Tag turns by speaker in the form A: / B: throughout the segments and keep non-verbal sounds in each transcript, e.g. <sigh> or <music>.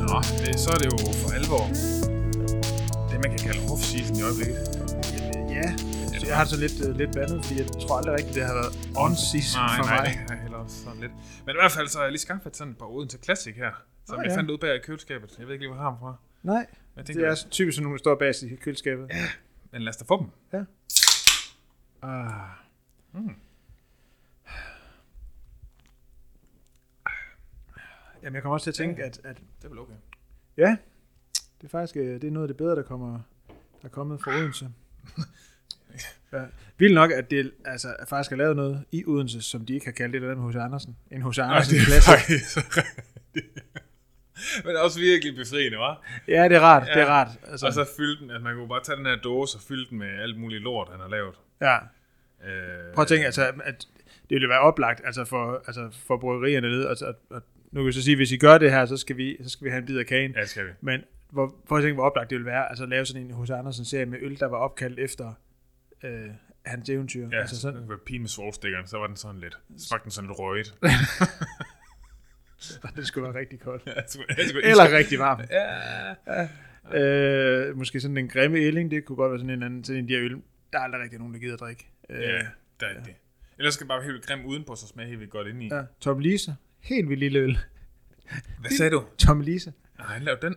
A: Nå, øh, så er det jo for alvor det, man kan kalde off-season i øjeblikket.
B: Jamen, ja, altså, jeg har så lidt, øh, lidt vandet, fordi jeg tror aldrig rigtigt, det har været on-season
A: Nej,
B: for
A: nej,
B: mig.
A: det er heller også sådan lidt. Men i hvert fald så har jeg lige skaffet sådan et par Odense Classic her, som
B: Nå,
A: jeg
B: ja.
A: fandt ud bag i køleskabet. Jeg ved ikke lige, hvor jeg har dem fra.
B: Nej,
A: Men jeg
B: det
A: tænker,
B: er også typisk sådan nogle, der står bag i køleskabet. Ja.
A: men lad os da få dem.
B: ja.
A: Ah. Mm.
B: Jamen, jeg kommer også til at tænke, at, at
A: Det er vel okay.
B: ja, det er faktisk øh, det er noget af det bedre, der kommer der er kommet fra
A: <laughs>
B: Odense. Ja. Vildt nok, at det altså, faktisk er lavet noget i Odense, som de ikke har kaldt et eller andet hos Andersen. En hos Andersen klasse.
A: faktisk... <laughs> Men også virkelig befriende, var.
B: Ja, det er rart, det er
A: Ja.
B: rart. Altså,
A: Og så fylde den, at man kunne bare tage den her dåse og fylde den med alt muligt lort, han har lavet.
B: ja.
A: Øh,
B: Prøv at tænke, altså, at det ville være oplagt altså for, altså for bryggerierne nede. Altså, at, at, nu kan jeg så sige, at hvis I gør det her, så skal vi, så skal vi have en bid af kagen.
A: Ja, det skal vi.
B: Men hvor, prøv at tænke, hvor oplagt det ville være, altså at lave sådan en hos Andersen-serie med øl, der var opkaldt efter øh, hans eventyr.
A: Ja,
B: altså sådan, <laughs>
A: det var pin med svovlstikkeren, så var den sådan lidt, smagte den sådan lidt røget. <laughs>
B: det skulle være rigtig koldt.
A: Jeg skulle- jeg skulle-
B: Eller rigtig varmt.
A: Ja.
B: Øh, måske sådan en grimme ælling, det kunne godt være sådan en anden, sådan en af de her øl, der er aldrig rigtig nogen, der gider at drikke. Øh,
A: Ja, der er det. Ellers skal den bare være helt grim udenpå, så smager helt vildt godt indeni.
B: ja. Tom Lise, helt vildt lille øl. <laughs>
A: Hvad sagde du?
B: Tom Lise,
A: Nej, han lavede den.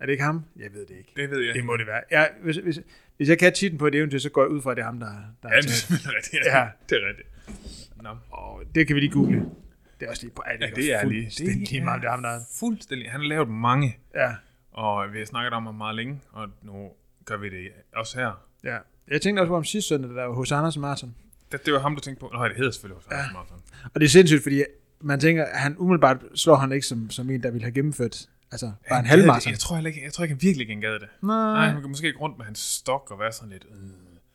B: er det ikke ham? Jeg ved det ikke.
A: Det ved jeg.
B: Det må det være. Ja, hvis, hvis, hvis jeg kan titlen på et eventyr, så går jeg ud fra, at det er ham, der, der
A: Ja,
B: er
A: det er
B: taget.
A: selvfølgelig rigtigt.
B: Ja.
A: <laughs> det er rigtigt. Nå.
B: Og det kan vi lige google. Det er også lige på alt.
A: Ja, det er lige.
B: Det er lige meget, det er ham, der er.
A: Fuldstændig. Han har lavet mange,
B: Ja,
A: og vi har snakket om ham meget længe, og nu gør vi det også her.
B: ja. Jeg tænkte også på om sidste søndag, der var hos Anders Martin.
A: Det, det var ham, du tænkte på. Nå, det hedder selvfølgelig også ja. Marathon.
B: Og det er sindssygt, fordi man tænker, at han umiddelbart slår han ikke som, som en, der ville have gennemført altså, bare en halvmarathon.
A: Jeg tror heller ikke, jeg tror ikke, han virkelig ikke gad det. Nej,
B: Nej,
A: han kan måske ikke rundt med hans stok og være sådan lidt, øh,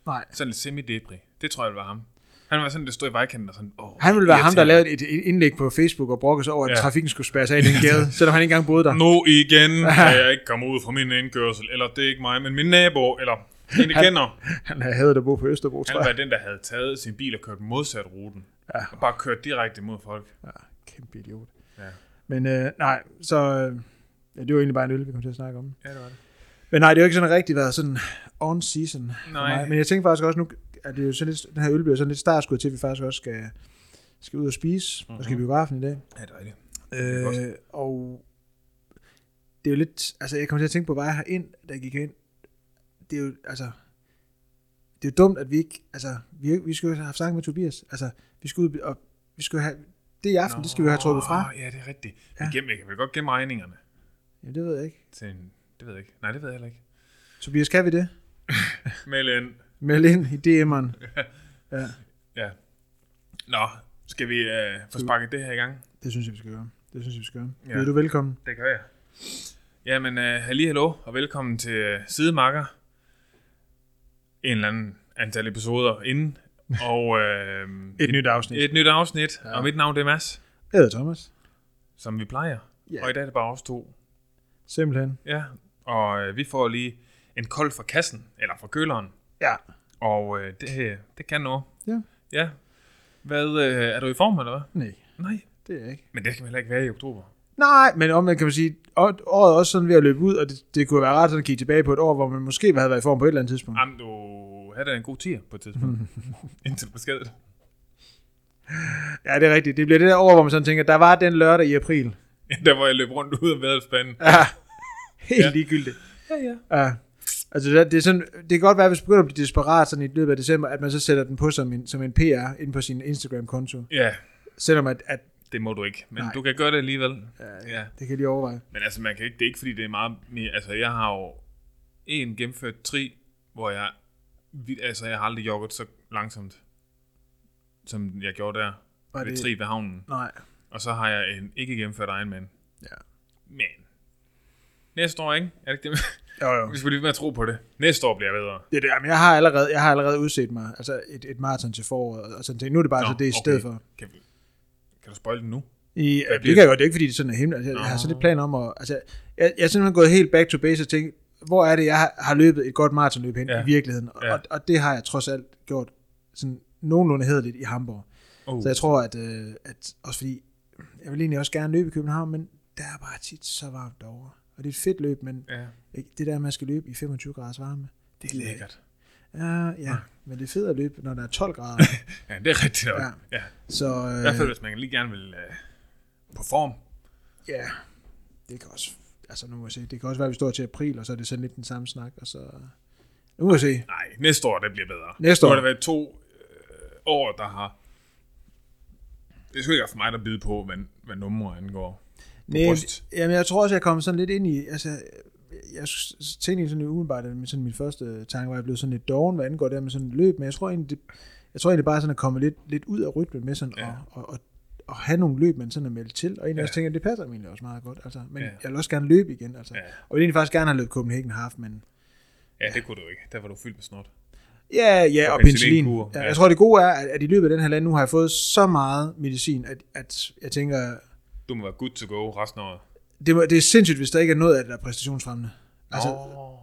B: nej.
A: sådan lidt semi-debri. Det tror jeg, det var ham. Han var sådan, det stod i vejkanten og sådan, åh.
B: Han ville være ham, der
A: irriterende.
B: lavede et et indlæg på Facebook og brokkede sig over, at
A: Ja.
B: trafikken skulle spærres af i
A: <laughs>
B: den gade, selvom han ikke engang boede der.
A: Nu igen kan jeg ikke komme ud fra min indkørsel, eller det er ikke mig, men min nabo, eller en, jeg kender.
B: Han havde det at bo på Østerbro,
A: Han
B: tror jeg.
A: var den, der havde taget sin bil og kørt modsat ruten. Ja. Og bare kørt direkte mod folk.
B: Ja, kæmpe idiot.
A: Ja.
B: Men øh, nej, så øh, ja, det var egentlig bare en øl, vi kom til at snakke om.
A: Ja, det var det.
B: Men nej, det har jo ikke sådan rigtig været sådan on season for
A: Nej.
B: mig. Men jeg tænker faktisk også nu, at det er jo sådan lidt, den her øl bliver sådan lidt startskud til, at vi faktisk også skal, skal ud og spise. Mm-hmm. Og skal i biografen i dag.
A: Ja, Mhm. det er rigtigt.
B: Øh, og det er jo lidt, altså jeg kommer til at tænke på vej herind, da jeg gik ind. Det er jo, altså, det er jo dumt, at vi ikke, altså, vi, vi skulle jo have haft snakket med Tobias. Altså, vi skulle ud og vi skulle have, det i aften, Nå. det skal vi jo have trukket fra.
A: Åh, Ja, det er rigtigt.
B: Ja.
A: Ja. Gem, jeg kan vel godt gemme regningerne
B: Jamen, det ved jeg ikke.
A: til en... Det ved jeg ikke. Nej, det ved jeg heller ikke.
B: Tobias, kan vi det?
A: Meld ind.
B: Meld ind i DM'eren. Ja,
A: Ja. Nå, skal vi øh, få sparket det her i gang?
B: det synes jeg, vi skal gøre. Det synes jeg, vi skal gøre.
A: Ja.
B: Ja. Byder du velkommen?
A: Det gør jeg. Jamen, øh, halli hallo, og velkommen til øh, Sidemakker. En eller anden antal episoder inden. Og øh,
B: Et nyt afsnit.
A: et nyt afsnit. Ja. Og mit navn det er Mads,
B: Jeg hedder Thomas.
A: som vi plejer.
B: Ja.
A: Og i dag er det bare os to.
B: Simpelthen.
A: Ja, og øh, vi får lige en kold fra kassen, eller fra køleren.
B: Ja.
A: Og øh, det, det kan noget.
B: Ja.
A: Ja. Hvad, øh, er du i form, eller hvad?
B: Nej,
A: Nej.
B: det er jeg ikke.
A: Men det skal man heller ikke være i oktober.
B: Nej, men omvendt kan man sige, å- året er også sådan ved at løbe ud, og det, det kunne være rart sådan at kigge tilbage på et år, hvor man måske havde været i form på et eller andet tidspunkt.
A: Jamen, du havde da en god tier på et
B: <laughs>
A: tidspunkt. Indtil beskedet.
B: Ja, det er rigtigt. Det bliver det der år, hvor man sådan tænker, der var den lørdag i april.
A: <laughs> Der hvor jeg løb rundt ud af væddelspanden.
B: Ja, <laughs> helt
A: Ja.
B: ja. ligegyldigt.
A: Ja, ja.
B: Ja. Altså, det, er- det, er sådan, det kan godt være, hvis man begynder at blive desperat sådan i løbet af december, at man så sætter den på som en, som en PR inde på sin Instagram-konto.
A: Ja,
B: Selvom at, at
A: det må du ikke. Men
B: Nej.
A: Nej. du kan gøre det alligevel.
B: Ja,
A: ja.
B: det kan jeg lige overveje.
A: Men altså, man kan ikke, det er ikke fordi, det er meget mere... Altså, jeg har jo en gennemført tri, hvor jeg... vi- Altså, jeg har aldrig jogget så langsomt, som jeg gjorde der.
B: Var
A: ved
B: det-
A: tri ved havnen.
B: Nej.
A: Og så har jeg en ikke gennemført Ironman.
B: Ja.
A: Men Næste år, ikke? Er det ikke det?
B: Jo, jo.
A: <laughs> Vi skal blive ved med at tro på det. Næste år bliver jeg bedre.
B: Det er det. Jamen, jeg, har allerede, jeg har allerede udset mig altså et, et maraton til foråret, og- og sådan ting. Nu er det bare Nå, så Altså, det i stedet for.
A: Kan, vi, kan du spoil det nu?
B: I, ja, det
A: bliver
B: kan jeg godt, det er ikke fordi, det er sådan er himlen. Altså, jeg, jeg har sådan lidt planer om at... Altså, jeg, jeg er simpelthen gået helt back to basics og tænkt, hvor er det, jeg har, har løbet et godt maratonløb hen
A: Ja.
B: ja. i virkeligheden? Og,
A: Ja.
B: ja. og, og, det har jeg trods alt gjort sådan nogenlunde hederligt i Hamburg.
A: Oh.
B: Så jeg tror, at, øh, at også fordi, jeg vil egentlig også gerne løbe i København, men der er bare tit så varmt derovre. Og det er et fedt løb, men
A: Ja,
B: ikke, det der, man skal løbe i 25 graders varme,
A: det er lækkert. Ah.
B: Ja, ja. Men det er fedt at løbe, når der er 12
A: <laughs>
B: grader.
A: Ja, det er rigtigt nok. Ja.
B: Ja.
A: ja.
B: så
A: I hvert fald,
B: øh,
A: hvis man lige gerne vil øh, på form.
B: ja, det kan også... Altså nu må jeg se, det kan også være, at vi står til april, og så er det sådan lidt den samme snak, og så... Nu må jeg se.
A: Nej, næste år, det bliver bedre.
B: Næste
A: Nu har
B: år.
A: der været to øh, år, der har... Det er sgu ikke for mig, der bide på, hvad, hvad numre angår.
B: Nej,
A: bryst.
B: jamen, jeg tror også, jeg kom sådan lidt ind i... Altså, jeg s- tænkte egentlig sådan lidt umiddelbart, at min- sådan min første tanke var, at jeg blev sådan lidt doven, hvad angår det her med sådan et løb, men jeg tror egentlig, det, jeg tror egentlig bare sådan at komme lidt, lidt ud af rytmen med sådan,
A: Ja.
B: ja. og, og, og, og, have nogle løb, man sådan er meldt til, og egentlig
A: Ja.
B: ja. også tænker, at det passer mig egentlig også meget godt, altså, men
A: Ja.
B: ja. jeg vil også gerne løbe igen, altså.
A: Ja.
B: Ja. Og jeg vil egentlig faktisk gerne have løbet Copenhagen Half, men
A: Ja, det kunne du ikke. Der var du fyldt med snot.
B: Ja, ja, og penicillin.
A: penicillinkur,
B: Ja,
A: ja.
B: jeg tror, det gode er, at at i løbet af den her land nu har jeg fået så meget medicin, at, at jeg tænker,
A: Du må være good to go resten af året.
B: det, må, det er sindssygt, hvis der ikke er noget af det, der er præstationsfremmende. Altså,
A: Altså,
B: oh.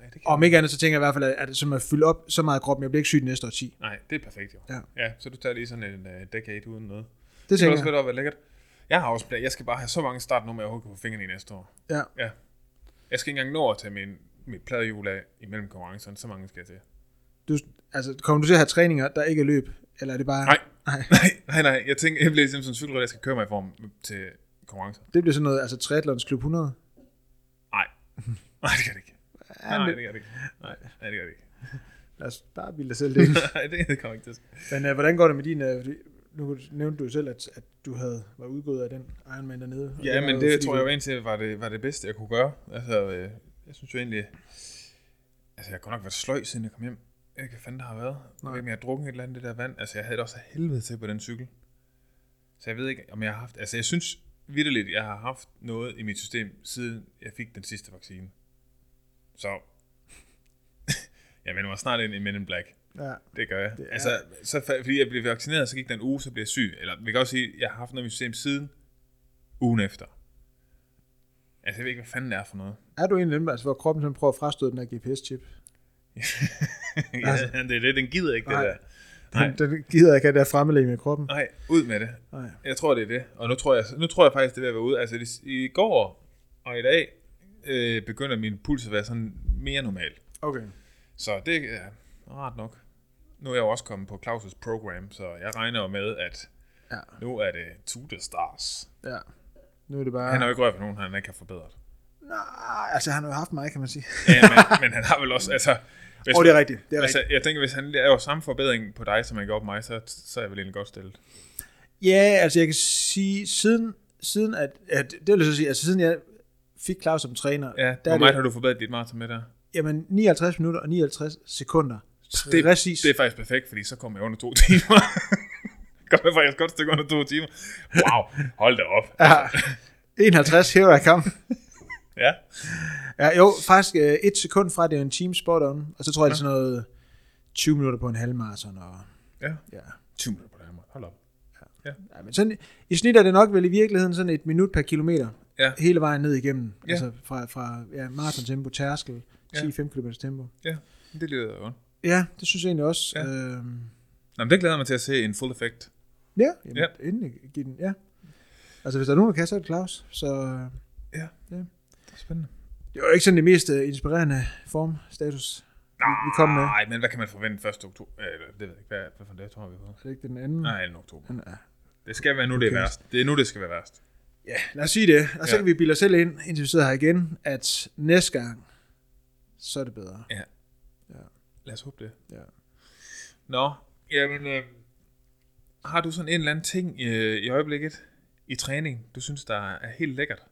A: ja, det kan
B: Om ikke andet, så tænker jeg i hvert fald, at, at som at fylde op så meget af kroppen, jeg bliver ikke syg de næste år 10.
A: Nej, det er perfekt jo.
B: Ja.
A: ja så du tager lige sådan en uh, decade uden noget. Det,
B: Det
A: kan
B: tænker
A: også
B: jeg.
A: være, være lækkert. Jeg har også plan. Jeg skal bare have så mange startnummer, jeg overhovedet kan få fingrene i næste år.
B: Ja.
A: Ja. Jeg skal ikke engang nå at tage min, mit pladehjul af imellem konkurrencerne. Så mange skal jeg til.
B: Du, altså, kommer du til at have træninger, der ikke er løb? Eller er det bare...
A: Nej.
B: Nej. <laughs>
A: nej, nej, nej. Jeg tænker, jeg bliver simpelthen cykelrytter, jeg skal køre mig i form til konkurrencer.
B: Det bliver sådan noget, altså triathlons klub 100.
A: Nej. <laughs> Nej, det kan det ikke.
B: Ja,
A: Nej,
B: men-
A: det kan det ikke. Nej, nej, det kan det ikke. <laughs>
B: Lad os bare bilde dig selv det ind.
A: Nej, det kommer ikke til. at ske.
B: Men uh, hvordan går det med din... Uh, fordi nu nævnte du jo selv, at, at du havde var udgået af den Ironman dernede. og
A: Ja,
B: var jo
A: men det
B: fordi
A: tror
B: du-
A: jeg jo indtil var det, var det bedste, jeg kunne gøre. Altså, øh, jeg synes jo egentlig... Altså, jeg har godt nok været sløj, siden jeg kom hjem. Jeg ved ikke, hvad fanden der har været. Jeg ved ikke, om jeg har drukket et eller andet det der vand. Altså, jeg havde det også af helvede til på den cykel. Så jeg ved ikke, om jeg har haft... Altså, jeg synes vidderligt, jeg har haft noget i mit system, siden jeg fik den sidste vaccine. Så... <laughs> jeg vender mig snart ind i Men in Black.
B: Ja.
A: Det gør jeg. Det
B: er-
A: altså, så, fa- fordi jeg blev vaccineret, så gik der en uge, så blev jeg syg. Eller vi kan også sige, at jeg har haft noget i mit system siden ugen efter. Altså, jeg ved ikke, hvad fanden det er for noget. <laughs>
B: Er du en af dem, altså, hvor kroppen sådan prøver at frastøde den her GPS-chip?
A: ja,
B: Altså.
A: det er det, den gider ikke,
B: Nej.
A: det der. Nej.
B: Den, den gider ikke have det der fremmelæge med kroppen.
A: Nej, ud med det.
B: Nej.
A: Jeg tror, det er det. Og nu tror jeg, nu tror jeg faktisk, det er ved at være ude. Altså, det, i går og i dag øh, begynder min puls at være sådan mere normal.
B: Okay.
A: Så det er rart nok. Nu er jeg jo også kommet på Claus' program, så jeg regner jo med, at
B: Ja.
A: nu er det to the stars.
B: Ja. Nu er det bare...
A: Han
B: Han
A: har
B: er...
A: jo ikke rørt ved nogen, han ikke har forbedret.
B: Nej, altså han har jo haft mig, kan man sige.
A: Ja,
B: <laughs>
A: men, men han har vel også, altså... Hvis,
B: Åh, oh, det er rigtigt. Det er rigtigt.
A: altså, jeg tænker, hvis han laver samme forbedring på dig, som han gjorde på mig, så, så er jeg vel egentlig godt stillet.
B: Ja, altså jeg kan sige, siden, siden at, at, det vil jeg så sige, altså siden jeg fik Claus som træner,
A: Ja,
B: der
A: hvor
B: er
A: meget
B: det,
A: har du forbedret dit maraton med der?
B: jamen 59 minutter og 59 sekunder.
A: Det,
B: Præcis.
A: det er faktisk perfekt, fordi så kommer jeg under to <laughs> timer. kommer jeg faktisk et godt stykke under to timer. Wow, hold da op.
B: Ja. 51, here I come.
A: Ja,
B: Ja, jo, faktisk øh, et sekund fra, det er en team spot on, og så tror jeg, det er sådan noget 20 minutter på en halvmarathon, og
A: ja.
B: ja.
A: 20 minutter på det her måde. Hold op.
B: Ja, men sådan, I snit er det nok vel i virkeligheden sådan et minut per kilometer.
A: Ja.
B: Hele vejen ned igennem.
A: Ja.
B: Ja. Altså fra, fra ja, maraton tempo, tærskel, 10-5 km tempo.
A: Ja, det lyder jo.
B: Ja, det synes jeg egentlig også.
A: Ja.
B: Ja, øhm,
A: Nå, men det glæder jeg mig til at se en full effect.
B: ja, jamen,
A: Ja.
B: ja. endelig giv den, ja. Altså hvis der er nogen, der kan, så er det Claus. Så øh,
A: Det er spændende.
B: det var ikke sådan det mest øh, inspirerende formstatus, vi, vi kom med.
A: Nej, men hvad kan man forvente 1. oktober? Eller, det ved jeg ikke. Hvad, hvad for en dato har vi på?
B: Er det ikke den anden?
A: Nej, 2. oktober.
B: Den er-
A: Det skal være nu, det er
B: Mm. Okay.
A: værst. Det er nu, det skal være værst.
B: Ja, lad os sige det. Og så
A: Ja.
B: ja. kan vi bilde os selv ind, indtil vi sidder her igen, at næste gang, så er det bedre.
A: Lad os håbe det.
B: Ja.
A: Nå, jamen, øh, har du sådan en eller anden ting øh, i øjeblikket i træning, du synes, der er helt lækkert?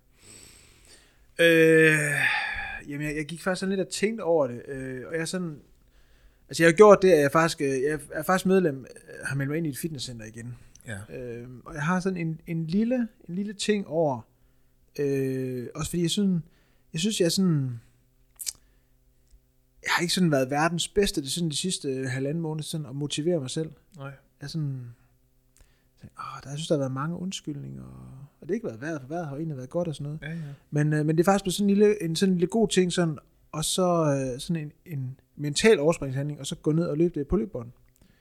B: Øh, jamen, jeg, jeg gik faktisk sådan lidt og tænkte over det, øh, og jeg er sådan... Altså, jeg har gjort det, at jeg faktisk, øh, jeg er faktisk medlem, øh, har meldt mig ind i et fitnesscenter igen.
A: Ja.
B: Øh, og jeg har sådan en, en, lille, en lille ting over, øh, også fordi jeg synes, jeg synes, jeg er sådan... Jeg har ikke sådan været verdens bedste det er sådan de sidste øh, halvanden måned sådan at motivere mig selv.
A: Nej.
B: Jeg er sådan... Åh, der, jeg synes, der har været mange undskyldninger, og, og det har ikke været værd, for vejret har egentlig været godt og sådan noget.
A: Ja, ja.
B: Men, øh, men det er faktisk blevet sådan en lille, en, sådan en lille god ting, sådan, og så øh, sådan en, en mental overspringshandling, og så gå ned og løbe det på løbebånd.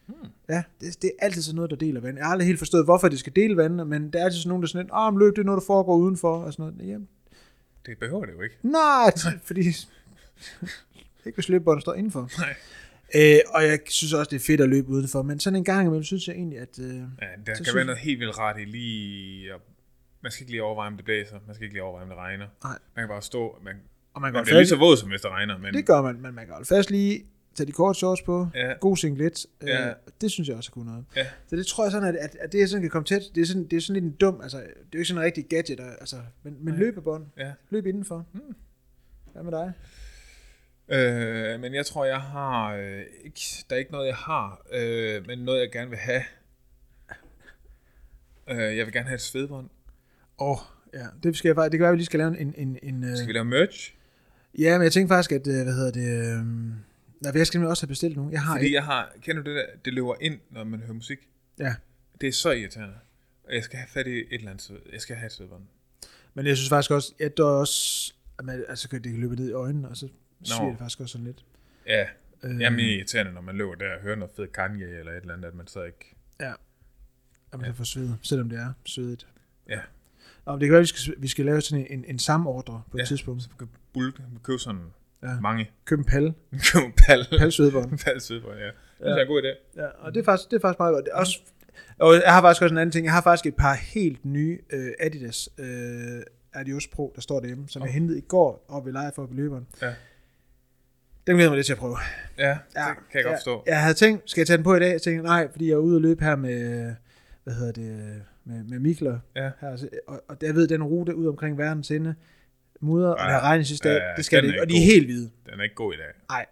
A: Hmm.
B: Ja, det, det er altid sådan noget, der deler vand. Jeg har aldrig helt forstået, hvorfor det skal dele vand, men der er altid sådan nogen, der er sådan, lidt, ah, men løb, det er noget, der foregår udenfor, og sådan noget. Jamen,
A: Det behøver det jo ikke.
B: nej, <laughs> fordi ikke hvis løbebåndet står indenfor.
A: Nej.
B: Øh, og jeg synes også, det er fedt at løbe udenfor, men sådan en gang imellem synes jeg egentlig, at... Øh,
A: Ja, der
B: Så
A: kan
B: synes-
A: være noget helt vildt rart i lige... At, man skal ikke lige overveje, om det blæser. Man skal ikke lige overveje, om det regner.
B: Nej.
A: Man kan bare stå... Man,
B: og man
A: man
B: kan holde
A: bliver lige
B: fast,
A: så våd, som hvis det regner. Men,
B: det gør man, men man kan holde fast lige, tage de korte shorts på,
A: Ja,
B: god singlet. Øh,
A: Ja.
B: Det synes jeg også kunne noget.
A: Ja.
B: Så det tror jeg sådan, at, at, at det jeg sådan kan komme tæt, det er sådan, det er sådan lidt en dum, altså det er jo ikke sådan en rigtig gadget, og- altså, men, men
A: Nej.
B: løbebånd,
A: ja.
B: løb indenfor.
A: Mm.
B: Hvad med dig?
A: Øh, men jeg tror, jeg har... Øh, ikke, der er ikke noget, jeg har, øh, men noget, jeg gerne vil have. Øh, jeg vil gerne have et svedbånd.
B: Åh, oh, ja, det, skal jeg, faktisk- det kan være, at vi lige skal lave en... en, en øh,
A: Skal vi lave merch?
B: ja, men jeg tænkte faktisk, at, øh, hvad hedder det, øh, nej, jeg skal nemlig også have bestilt nogen. Jeg har
A: Fordi
B: ikke.
A: jeg har... Kender du det der? Det løber ind, når man hører musik.
B: Ja.
A: Det er så irriterende. Og Jeg skal have fat i et eller andet sved. Jeg skal have et svedbånd.
B: Men jeg synes faktisk også, at der er også, at man, altså kan det kan løbe ned i øjnene, og så sviger det faktisk også sådan lidt.
A: Ja,
B: Øh,
A: Jamen, det er irriterende, når man løber der og hører noget fedt Kanye eller et eller andet, at man så ikke...
B: at man kan få sved, selvom det er svedigt.
A: Ja.
B: Og det kan være, at vi skal, vi skal lave sådan en, en, en samordre på et
A: Ja.
B: ja. tidspunkt.
A: Så man kan bulke, man kan købe sådan
B: Ja.
A: ja. mange.
B: Køb en palle,
A: Man kan købe pal,
B: palsvedbånd.
A: pal sydbånd, ja. Det er en god idé.
B: <laughs> Ja, og det er faktisk, det er faktisk meget godt. Det er også, og jeg har faktisk også en anden ting. Jeg har faktisk et par helt nye øh, Adidas øh, Adios Pro, der står derhjemme, som
A: Åh.
B: jeg hentede i går oppe ved leje for på løberen.
A: Ja.
B: Den glæder jeg mig lidt til at prøve.
A: Ja, det kan jeg godt forstå.
B: Jeg, jeg havde tænkt, skal jeg tage den på i dag? Jeg tænkte, nej, fordi jeg er ude og løbe her med, hvad hedder det, med, med Mikler.
A: Ja.
B: Her, og, og jeg ved, den rute ud omkring verdens ende, mudder, og
A: Ja.
B: det har regnet sidste dag,
A: Ja, ja,
B: det
A: den
B: skal det
A: er
B: ikke. Og de
A: ikke
B: er
A: god.
B: helt hvide.
A: Den er ikke god i dag. <laughs>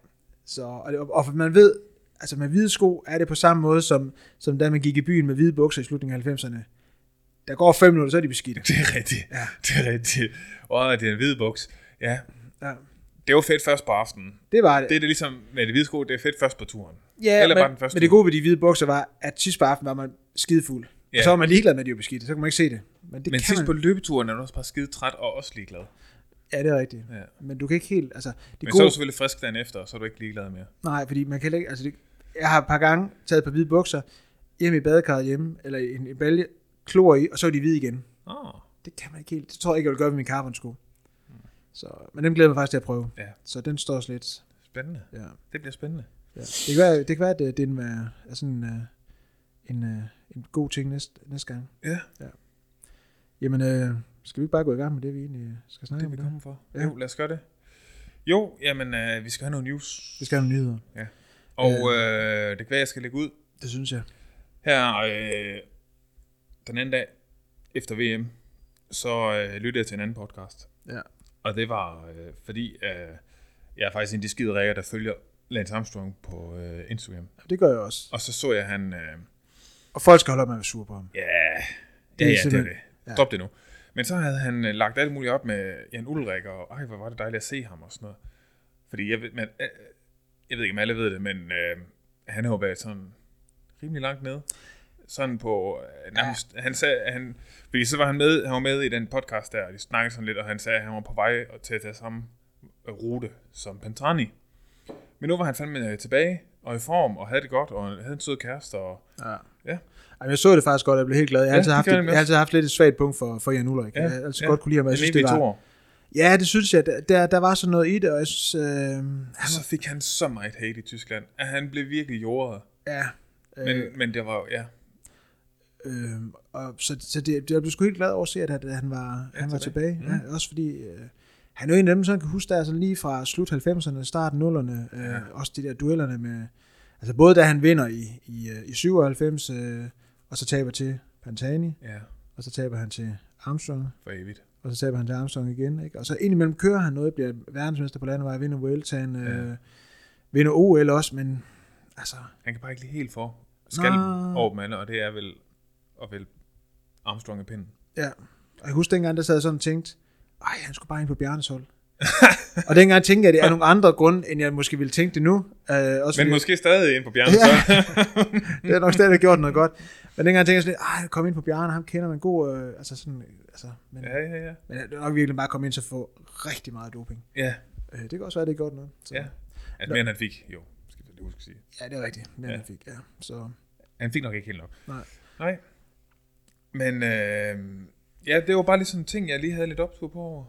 B: Så, og, det- og man ved, altså med hvide sko er det på samme måde, som, som da man gik i byen med hvide bukser i slutningen af 90'erne. Der går fem minutter, så er de beskidte.
A: Det er rigtigt.
B: Ja.
A: Det er rigtigt. Åh, det er en hvid buks. Ja,
B: Ja,
A: det var fedt først på aftenen.
B: det var det.
A: Det er det ligesom med det hvide sko, det er fedt først på turen.
B: ja,
A: eller
B: men,
A: bare den første
B: men det gode ved de hvide bukser var, at sidst på aftenen var man skidefuld. Ja.
A: Ja.
B: Og så var man ligeglad med, at de var beskidte, så kunne man ikke se det. Men det
A: Men
B: kan
A: sidst
B: man.
A: på løbeturen er du også bare skide træt og også ligeglad.
B: Ja, det er rigtigt.
A: Ja.
B: Men du kan ikke helt, altså... Det
A: Men
B: gode,
A: så er du selvfølgelig frisk dagen efter, og så er du ikke ligeglad mere.
B: Nej, fordi man kan heller ikke, altså det, jeg har et par gange taget et par hvide bukser hjemme i badekarret hjemme, eller i en, en balje, klor i, og så er de hvide igen.
A: Åh,
B: Det kan man ikke helt. Det tror jeg ikke, jeg vil gøre med min carbonsko. Så, men dem glæder jeg mig faktisk til at prøve.
A: Ja.
B: Så den står også lidt.
A: spændende.
B: Ja.
A: Det bliver spændende.
B: ja. Det, kan være, det kan være, at det, det er en, øh, er sådan en, øh, en, øh, en god ting næste, næste gang.
A: Ja,
B: Jamen, øh, skal vi ikke bare gå i gang med det, vi egentlig øh, skal snakke
A: det er
B: om?
A: vi
B: i dag?
A: kommet for.
B: Ja.
A: Jo, lad os gøre det. Jo, jamen, øh, vi skal have noget news.
B: Vi skal have nogle nyheder.
A: Og øh, det kan være, jeg skal lægge ud
B: Det synes jeg.
A: her øh, den anden dag efter VM, så øh, lyttede jeg til en anden podcast.
B: Ja.
A: Og det var øh, fordi, øh, jeg er faktisk en af de skide rækker, der følger Lance Armstrong på øh, Instagram.
B: Det gør jeg også.
A: Og så så jeg han, øh, ja,
B: Og folk skal holde op med at være sure på ham.
A: ja,
B: Det
A: det
B: er
A: er det. Er
B: simpelthen-
A: det.
B: ja.
A: Drop det nu. Men så havde han øh, lagt alt muligt op med Jan Ulrik, og ej, hvor var det dejligt at se ham og sådan noget. Fordi jeg ved, man, øh, jeg ved ikke, om alle ved det, men øh, han har jo været sådan rimelig langt nede. Sådan på, øh, nærmest, ja. han sagde, han, fordi så var han med, han var med i den podcast der, og de snakkede sådan lidt, og han sagde, at han var på vej til at tage samme øh, rute som Pantrani. Men nu var han fandme øh, tilbage, og i form, og havde det godt, og havde en sød kæreste, og
B: Ja.
A: Ja.
B: Jamen, jeg så det faktisk godt, og jeg blev helt glad. Jeg har,
A: Ja,
B: altid,
A: det
B: haft
A: gør
B: et,
A: jeg nemlig
B: jeg har altid haft lidt et svagt punkt for, for Jan Ulrik. Ja,
A: Ja,
B: jeg har altid
A: ja.
B: godt kunne lide ham, og jeg synes, det
A: evige
B: var...
A: toer.
B: Ja, det synes jeg. Der- Der, der var sådan noget i det, og jeg synes... Øh,
A: Og så fik han så meget hate i Tyskland, at han blev virkelig jordet.
B: ja, øh,
A: Men, øh. men det var jo, ja.
B: øh, og, så, så det, det, jeg blev sgu helt glad over at se, at, han- at han var,
A: Ja,
B: han var tilbage.
A: tilbage. Mm.
B: Ja, også fordi... Øh, han er jo en af dem, som jeg kan huske, der er sådan lige fra slut 90'erne, start 0'erne, øh,
A: Ja.
B: også de der duellerne med, altså både da han vinder i, i, øh, i 97, øh, og så taber til Pantani,
A: ja,
B: og så taber han til Armstrong,
A: for evigt.
B: og så taber han til Armstrong igen. Ikke? Og så indimellem kører han noget, bliver verdensmester på landevej, vinder Vueltaen, ja. øh, vinder OL også, men altså,
A: Han kan bare ikke lige helt for skalpen
B: Nå.
A: over dem alle, og det er vel, og vel Armstrong og pinden.
B: ja. Og jeg husker dengang, der sad jeg sådan og tænkte, ej, han skulle bare ind på Bjarnes hold. og dengang tænkte jeg, at det er nogle andre grunde, end jeg måske ville tænke det nu. Øh, også
A: Men
B: fordi-
A: måske stadig inde på Bjarne,
B: Ja.
A: så. <laughs>
B: det har nok stadig gjort noget godt. Men dengang tænkte jeg sådan lidt, "Ej, kom ind på Bjarne, ham kender man god, øh, altså sådan, altså, men, ja.
A: ja, ja, ja.
B: men det er nok virkelig bare at komme ind og få rigtig meget doping.
A: Ja,
B: Øh, det kan også være, det er godt noget. Så,
A: Ja. altså mere end han fik, jo, skal jeg lige huske at sige.
B: ja, det er rigtigt. Men
A: Ja.
B: ja. fik, ja. Så,
A: Han fik nok ikke helt nok.
B: Nej.
A: Nej. Men øh, ja, det var bare lige sådan en ting, jeg lige havde lidt optur på over.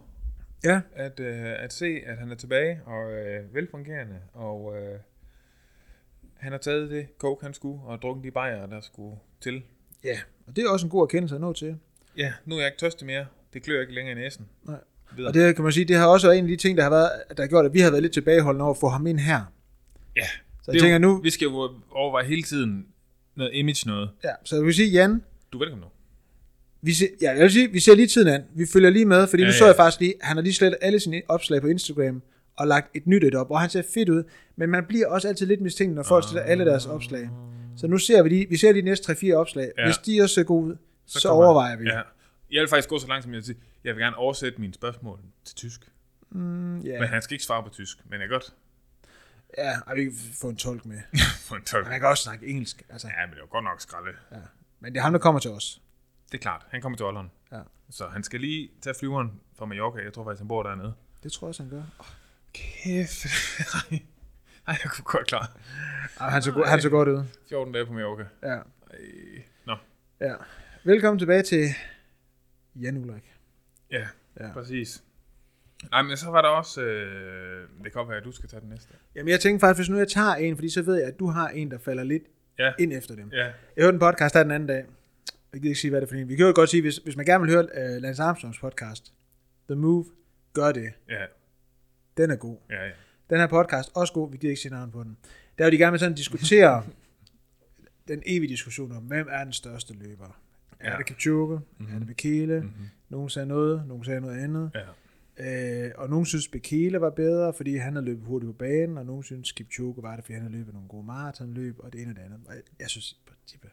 B: ja,
A: At, øh, at se, at han er tilbage og øh, velfungerende, og øh, han har taget det coke, han skulle, og drukket de bajer, der skulle til.
B: ja. Og det er også en god erkendelse at nå til.
A: Ja, nu er jeg ikke tørstig mere. Det klør ikke længere i næsen.
B: Nej.
A: Videre.
B: Og det kan man sige, det har også været en af de ting, der har, været, der har gjort, at vi har været lidt tilbageholdende over at få ham ind her.
A: Ja.
B: Så jeg tænker
A: jo,
B: nu,
A: Vi skal jo overveje hele tiden noget image noget.
B: ja, så jeg vil sige, Jan,
A: Du er velkommen nu.
B: vi ser, ja, jeg vil sige, vi ser lige tiden an. Vi følger lige med, fordi ja,
A: Ja,
B: nu så
A: ja.
B: jeg faktisk lige, han har lige slettet alle sine opslag på Instagram og lagt et nyt et op, og han ser fedt ud. Men man bliver også altid lidt mistænkt, når folk sletter alle deres opslag. Så nu ser vi lige, vi ser lige de næste 3-4 opslag. Ja.
A: Ja.
B: Hvis de også ser gode ud, så, så
A: kommer-
B: overvejer vi.
A: Ja. Jeg vil faktisk gå så langt, som jeg vil sige, jeg vil gerne oversætte mine spørgsmål til tysk. Ja.
B: Mm, ja.
A: Men han skal ikke svare på tysk, men jeg kan godt
B: ja, og vi kan få en tolk med.
A: få en tolk.
B: Og han kan også snakke engelsk. Altså.
A: Ja, men det var godt nok skralde.
B: Ja. Men det er ham, der kommer til os.
A: Det er klart, han kommer til Holland.
B: Ja.
A: Så han skal lige tage flyveren fra Mallorca. Jeg tror faktisk, han bor dernede.
B: Det tror jeg også, han gør. Oh,
A: Kæft. <laughs> Ej. Ej, jeg kunne godt klare
B: Ah, han, så, go- han så godt ud.
A: 14 dage på Mallorca.
B: Ja.
A: Ej. Nå,
B: ja. Velkommen tilbage til Jan Ulrik.
A: ja,
B: Ja.
A: ja, præcis. Nej, men så var der også... Øh, det kan godt være, at du skal tage den næste.
B: Jamen jeg tænkte faktisk, hvis nu jeg tager en, fordi så ved jeg, at du har en, der falder lidt
A: Ja,
B: ind efter dem.
A: ja.
B: Jeg hørte en podcast der den anden dag. Jeg gider ikke sige, hvad det er for en. Vi kan jo godt sige, hvis, hvis man gerne vil høre uh, Lance Armstrongs podcast, The Move, gør det.
A: Ja,
B: Den er god.
A: ja, ja.
B: Den her podcast, også god, vi gider ikke sige navn på den. Der er jo de gerne med sådan <laughs> diskutere den evige diskussion om, hvem er den største løber? Er
A: Ja.
B: det Kipchoge? Mm-hmm. Er det Bekele?
A: Mhm.
B: Mm-hmm. Nogen sagde noget, nogen sagde noget andet.
A: ja.
B: Øh, og nogen synes, Bekele var bedre, fordi han havde løbet hurtigt på banen, og nogen synes, Kipchoge var det, fordi han havde løbet nogle gode maratonløb, og det ene og det andet. Og jeg- jeg synes, i princippet,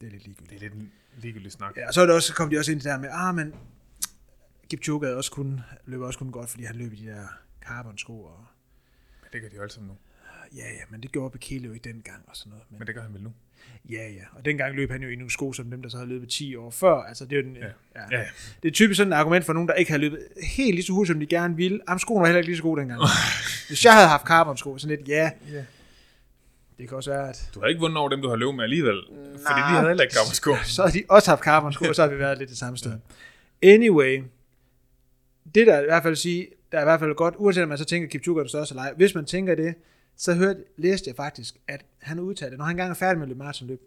B: det er lidt ligegyldigt.
A: Det er lidt en ligegyldig snak.
B: Ja, og så, er det også, så kom de også ind til det her med, ah, men Kipchoge havde også kun, løb også kun godt, fordi han løb i de der carbon-sko, og
A: Men det gør de jo alle sammen nu.
B: ja, ja, men det gjorde Bekele jo ikke dengang, og sådan noget. Men,
A: Men det gør han vel nu.
B: ja, ja, og dengang løb han jo i nogle sko, som dem, der så havde løbet 10 år før, altså det er jo den, ja.
A: Ja, ja.
B: Det er typisk sådan et argument for nogen, der ikke har løbet helt lige så hurtigt, som de gerne ville. Jamen, skoen var heller ikke lige så god dengang. Hvis jeg havde haft carbon-sko, sådan lidt, ja,
A: Ja.
B: det kan også være, at
A: Du har ikke vundet over dem, du har løbet med alligevel. Nej. Fordi de havde heller ikke gammel sko.
B: så havde de også haft carbon-sko, og så havde vi været lidt det samme sted. Anyway, det der er i hvert fald at sige, der er i hvert fald godt, uanset om man så tænker, Kipchoge er den største leg, hvis man tænker det, så hørte, læste jeg faktisk, at han udtalte, når han engang er færdig med at løbe maratonløb,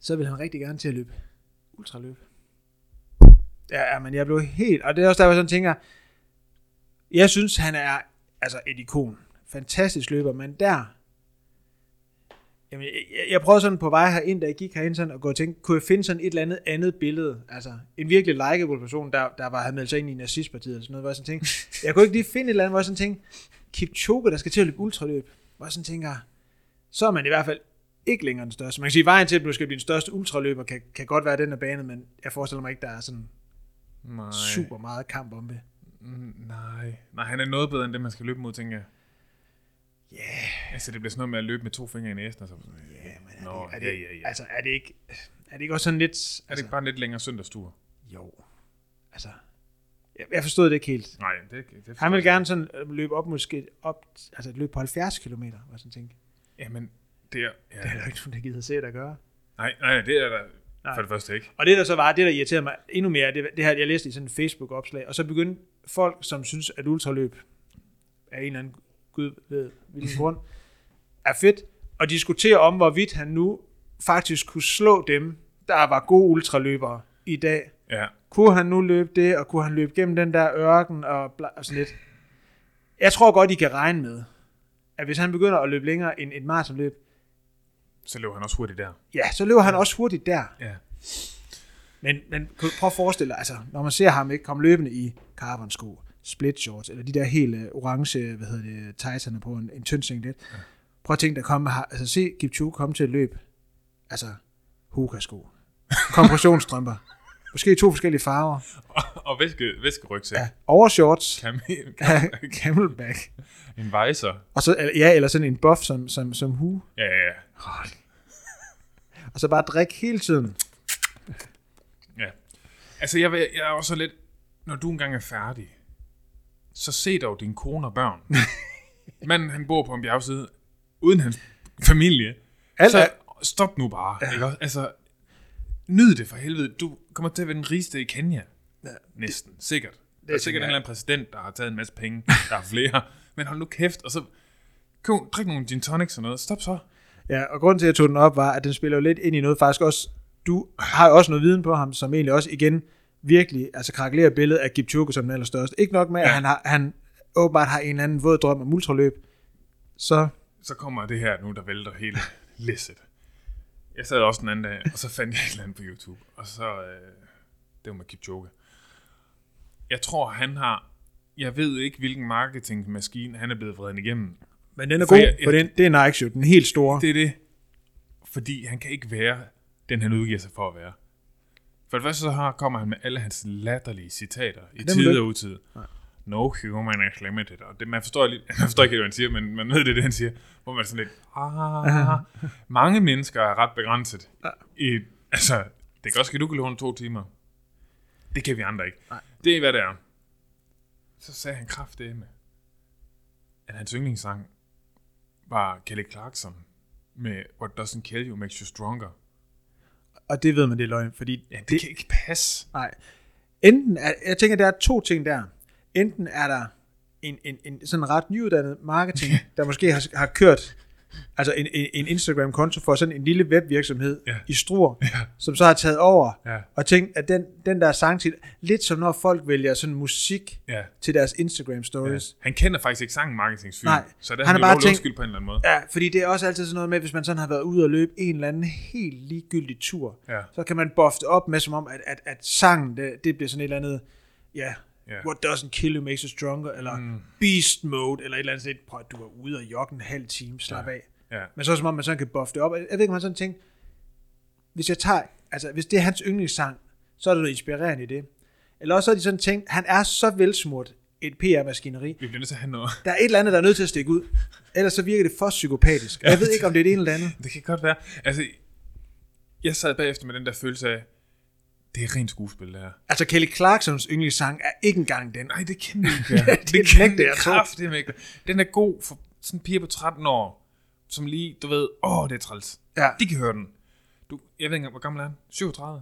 B: så vil han rigtig gerne til at løbe ultraløb. Ja, ja, men jeg blev helt, og det er også der, hvor jeg sådan tænker, jeg synes, han er altså et ikon. Fantastisk løber, men der, Jamen, jeg- jeg, jeg prøvede sådan på vej herind, da jeg gik herind, sådan, at gå og tænke, kunne jeg finde sådan et eller andet andet billede? Altså, en virkelig likeable person, der, der var, havde meldt sig ind i nazistpartiet eller sådan noget, hvor jeg sådan
A: <laughs>
B: tænkte, jeg kunne ikke lige finde et eller andet, hvor jeg sådan tænkte, Kipchoge, der skal til at løbe ultraløb, hvor jeg sådan tænker, så er man i hvert fald ikke længere den største. Man kan sige, vejen til, at du skal blive den største ultraløber, kan, kan godt være den af banen, men jeg forestiller mig ikke, der er sådan
A: Nej.
B: super meget kamp om det.
A: Mm, Nej. Nej, han er noget bedre end det, man skal løbe mod, tænker jeg.
B: Ja.
A: Altså, det bliver sådan noget med at løbe med to fingre i næsen og så.
B: Ja, men er,
A: Nå,
B: det, er, det,
A: ja, ja, Altså, ja.
B: Altså, er det ikke, er det ikke også sådan lidt...
A: Er det ikke bare en lidt længere søndagstur?
B: Jo. Altså, jeg, jeg forstod det ikke helt.
A: Nej, det, er ikke- det forstår
B: Han ville
A: jeg
B: gerne sådan øh, løbe op måske op, altså et løb på 70 km, var sådan tænkte.
A: ikke. Jamen, det er...
B: Det er
A: Ja.
B: der ikke nogen, der gider se, der gør.
A: Nej, nej, det er der
B: Nej.
A: for det første ikke.
B: Og det der så var, det der irriterede mig endnu mere, det, det her, jeg læste i sådan en Facebook-opslag, og så begyndte folk, som synes, at ultraløb af en eller anden gud ved hvilken
A: <laughs>
B: grund, er fedt, og diskutere om, hvorvidt han nu faktisk kunne slå dem, der var gode ultraløbere i dag,
A: Ja.
B: kunne han nu løbe det, og kunne han løbe gennem den der ørken og, bla, og sådan lidt. Jeg tror godt, I kan regne med, at hvis han begynder at løbe længere end et maratonløb,
A: Så løber han også hurtigt der.
B: ja, så løber han også hurtigt der.
A: Ja.
B: Men, men kunne- prøv at forestille dig, altså, når man ser ham ikke komme løbende i carbon-sko, split shorts, eller de der helt øh, orange, hvad hedder det, tightserne på en, en tynd singlet. Prøv at tænke dig, at komme her, altså se Kipchoge komme til et løb, altså, hoka-sko, kompressionsstrømper, Måske i to forskellige farver.
A: og væske, væskerygsæk.
B: Ja, overshorts.
A: Kamel,
B: Ja. Camelback.
A: en vejser.
B: Og så, eller- ja, eller sådan en buff som, som, som hue.
A: Ja, ja, ja.
B: Og så bare drikke hele tiden.
A: Ja. Altså, jeg, vil, jeg er også lidt... Når du engang er færdig, så se dog din kone og børn. Manden, han bor på en bjergside, uden hans familie.
B: Alt
A: så
B: er-
A: stop nu bare. Ja. Ikke? også? Altså, nyd det for helvede. Du kommer til at være den rigeste i Kenya. Ja, Næsten, sikkert. Det er
B: tænker
A: sikkert en
B: jeg.
A: eller anden præsident, der har taget en masse penge. Der er flere. Men hold nu kæft, og så... Køb, drik nogle gin tonics og noget. Stop så.
B: Ja, og grunden til, at jeg tog den op, var, at den spiller jo lidt ind i noget faktisk også... Du har jo også noget viden på ham, som egentlig også igen virkelig altså krakelerer billedet af Gipchoge som den allerstørste. Ikke nok med, at han, har, han åbenbart har en eller anden våd drøm om ultraløb. Så
A: så kommer det her nu, der vælter
B: <laughs>
A: hele læsset. Jeg sad også den anden dag, og så fandt jeg et eller andet på YouTube, og så, øh, det var med Kipchoge. Jeg tror, han har, jeg ved ikke, hvilken marketingmaskine han er blevet vredet igennem.
B: Men den er
A: For
B: god,
A: jeg-
B: for den, det er Nike jo, den helt store. Det,
A: Det er det, fordi han kan ikke være den, han udgiver sig for at være. For det første så har, kommer han med alle hans latterlige citater i
B: du
A: tid
B: ikke.
A: og utid. No human is limited. Og det, man, forstår lige, <laughs> man forstår ikke, helt, hvad han siger, men man ved det, er det han siger. Hvor man er sådan lidt, ah, mange mennesker er ret begrænset. I, altså, det kan også at du kan låne to timer. Det kan vi andre ikke. Det er, hvad det er. Så sagde han kraftedeme, at hans yndlingssang var Kelly Clarkson med What Doesn't Kill You Makes You Stronger.
B: og det ved man, det er løgn, fordi...
A: Ja, det, det kan ikke passe.
B: Nej. Enten er, jeg tænker, der er to ting der. Enten er der en, en, en sådan ret nyuddannet
A: <laughs>
B: marketing, der måske har, har kørt altså en, en, en Instagram-konto for sådan en lille
A: <laughs>
B: webvirksomhed
A: Ja.
B: i Struer, som så har taget over
A: Ja.
B: og tænkt, at den, den der sangtitel, lidt som når folk vælger sådan musik
A: Ja.
B: til deres Instagram-stories,
A: Han kender faktisk ikke sangen marketingsfyr,
B: Nej,
A: så der
B: han
A: han
B: har bare
A: er bare
B: tænkt-
A: undskyld på en eller anden måde.
B: Ja, fordi det er også altid sådan noget med, hvis man sådan har været ude og løbe en eller anden helt ligegyldig tur,
A: Ja.
B: så kan man bofte op med som om, at, at, at sangen, det, det bliver sådan et eller andet, ja,
A: Ja.
B: yeah. what doesn't kill you makes you stronger, eller mm. beast mode, eller et eller andet sådan et, prøv at du var ude og jogge en halv time, slap ja. af.
A: Ja.
B: Men så er det, som om, man sådan kan bofte det op. Jeg ved ikke, om man sådan tænker, hvis jeg tager, altså hvis det er hans yndlingssang, så er det noget inspirerende i det. Eller også så har de sådan tænkt, han er så velsmurt et PR-maskineri,
A: Vi bliver nødt til at have noget. <laughs>
B: der er et eller andet, der er nødt til at stikke ud. Ellers så virker det for psykopatisk. Jeg ved ikke, om det er det ene eller andet.
A: Det kan godt være. Altså, jeg sad bagefter med den der følelse af, det er rent skuespil, det her.
B: Altså, Kelly Clarksons yndlingssang er ikke engang den.
A: Nej, det kan vi ikke være.
B: <laughs> Det nægter jeg at tro.
A: kraftedeme ikke. være. Den er god for sådan en pige på 13 år, som lige, du ved, åh, det er træls.
B: Ja.
A: De kan høre den. Du, jeg ved ikke engang, hvor gammel er han? 37?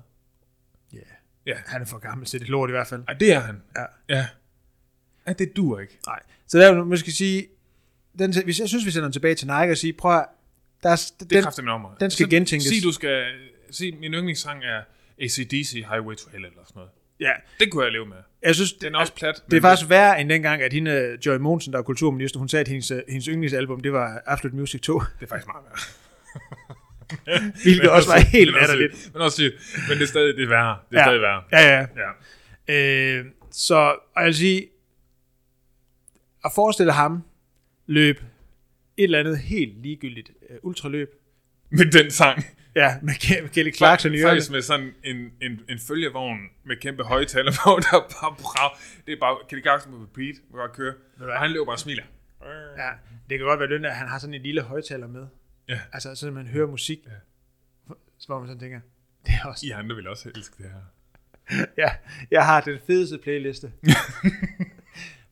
B: Yeah.
A: Ja.
B: Han er for gammel til det lort i hvert fald.
A: Ej, det er han.
B: Ja.
A: Ja. Ja, det dur ikke.
B: Nej. Så der vil man måske sige, den, hvis jeg synes, vi sender den tilbage til Nike og siger, prøv at, der er, den,
A: Det er kraftigt med nummer.
B: den skal
A: Så
B: gentænkes.
A: Sig, du skal, sig, min yndlingssang er ACDC Highway to Hell eller sådan noget.
B: ja,
A: Det kunne jeg leve med.
B: jeg synes,
A: Den er også plat.
B: det er faktisk værre end dengang, at hende, Joy Monsen, der er kulturminister, hun sagde, at hendes, hendes yndlingsalbum, det var Absolute Music 2,
A: det er faktisk meget værre.
B: <laughs> hvilket
A: Men <laughs>
B: også var helt
A: men også-
B: latterligt.
A: Men også sygt. Men det er stadig det er værre. Det er stadig værre.
B: Ja, ja.
A: Ja.
B: Øh, så og jeg vil sige, at forestille ham løb et eller andet helt ligegyldigt øh, ultraløb,
A: Med den sang.
B: ja, med Ke- med Kelly Clarkson i ørerne.
A: Faktisk med sådan en, en, en følgevogn med kæmpe højtaler på, <laughs> der er bare brav. Det er bare Kelly Clarkson på repeat, hvor jeg kører. Og han løber bare og smiler.
B: Ja, det kan godt være lønne, at han har sådan en lille højtaler med.
A: Ja.
B: Altså, så man hører musik, ja. hvor man sådan tænker, det er også,
A: I andre vil også elske det her.
B: ja, jeg har den fedeste
A: <laughs>
B: playliste.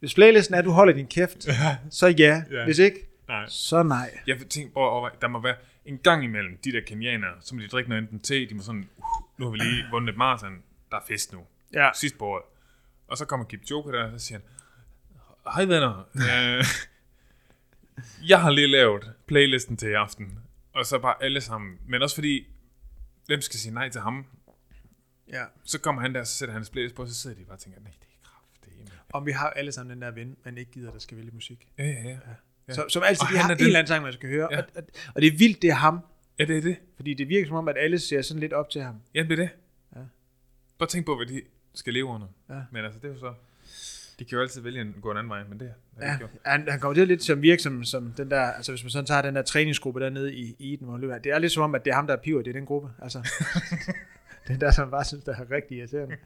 B: Hvis playlisten er, at du holder din kæft, så ja.
A: Ja.
B: Hvis ikke,
A: Nej.
B: så nej.
A: Jeg tænkte, prøv at overveje, der må være en gang imellem de der kenianere, som de drikker noget enten te, de må sådan, uh, nu har vi lige vundet et maraton, der er fest nu.
B: Ja.
A: Sidst på året. Og så kommer Kipchoge der, og så siger han, hej venner, øh, jeg har lige lavet playlisten til i aften. Og så bare alle sammen. Men også fordi, hvem skal sige nej til ham?
B: ja.
A: Så kommer han der, så sætter han hans playlist på, og så sidder de bare og tænker, nej, det er kraftedeme.
B: Om vi har alle sammen den der ven, man ikke gider, der skal vælge musik.
A: Ja, ja, ja.
B: Ja. Som, som altid,
A: Og
B: de
A: han
B: har
A: er
B: en
A: den-
B: eller anden sang, man skal høre.
A: Ja.
B: Ja. Og, og, og det er vildt, det er ham.
A: Ja, det er det.
B: Fordi det virker som om, at alle ser sådan lidt op til ham.
A: Ja, det er det.
B: Ja.
A: Bare tænk på, hvad de skal leve under.
B: Ja.
A: Men altså, det er jo så... De kan jo altid vælge en, gå en anden vej, men det er
B: Ja. Han, han kommer til at lidt som virke som, som den der, altså hvis man sådan tager den
A: <laughs>
B: der træningsgruppe dernede i, i den, hvor han løber, det er lidt som om, at det er ham, der er piver, det er den gruppe. Altså, Den der, som bare synes, der er rigtig irriterende.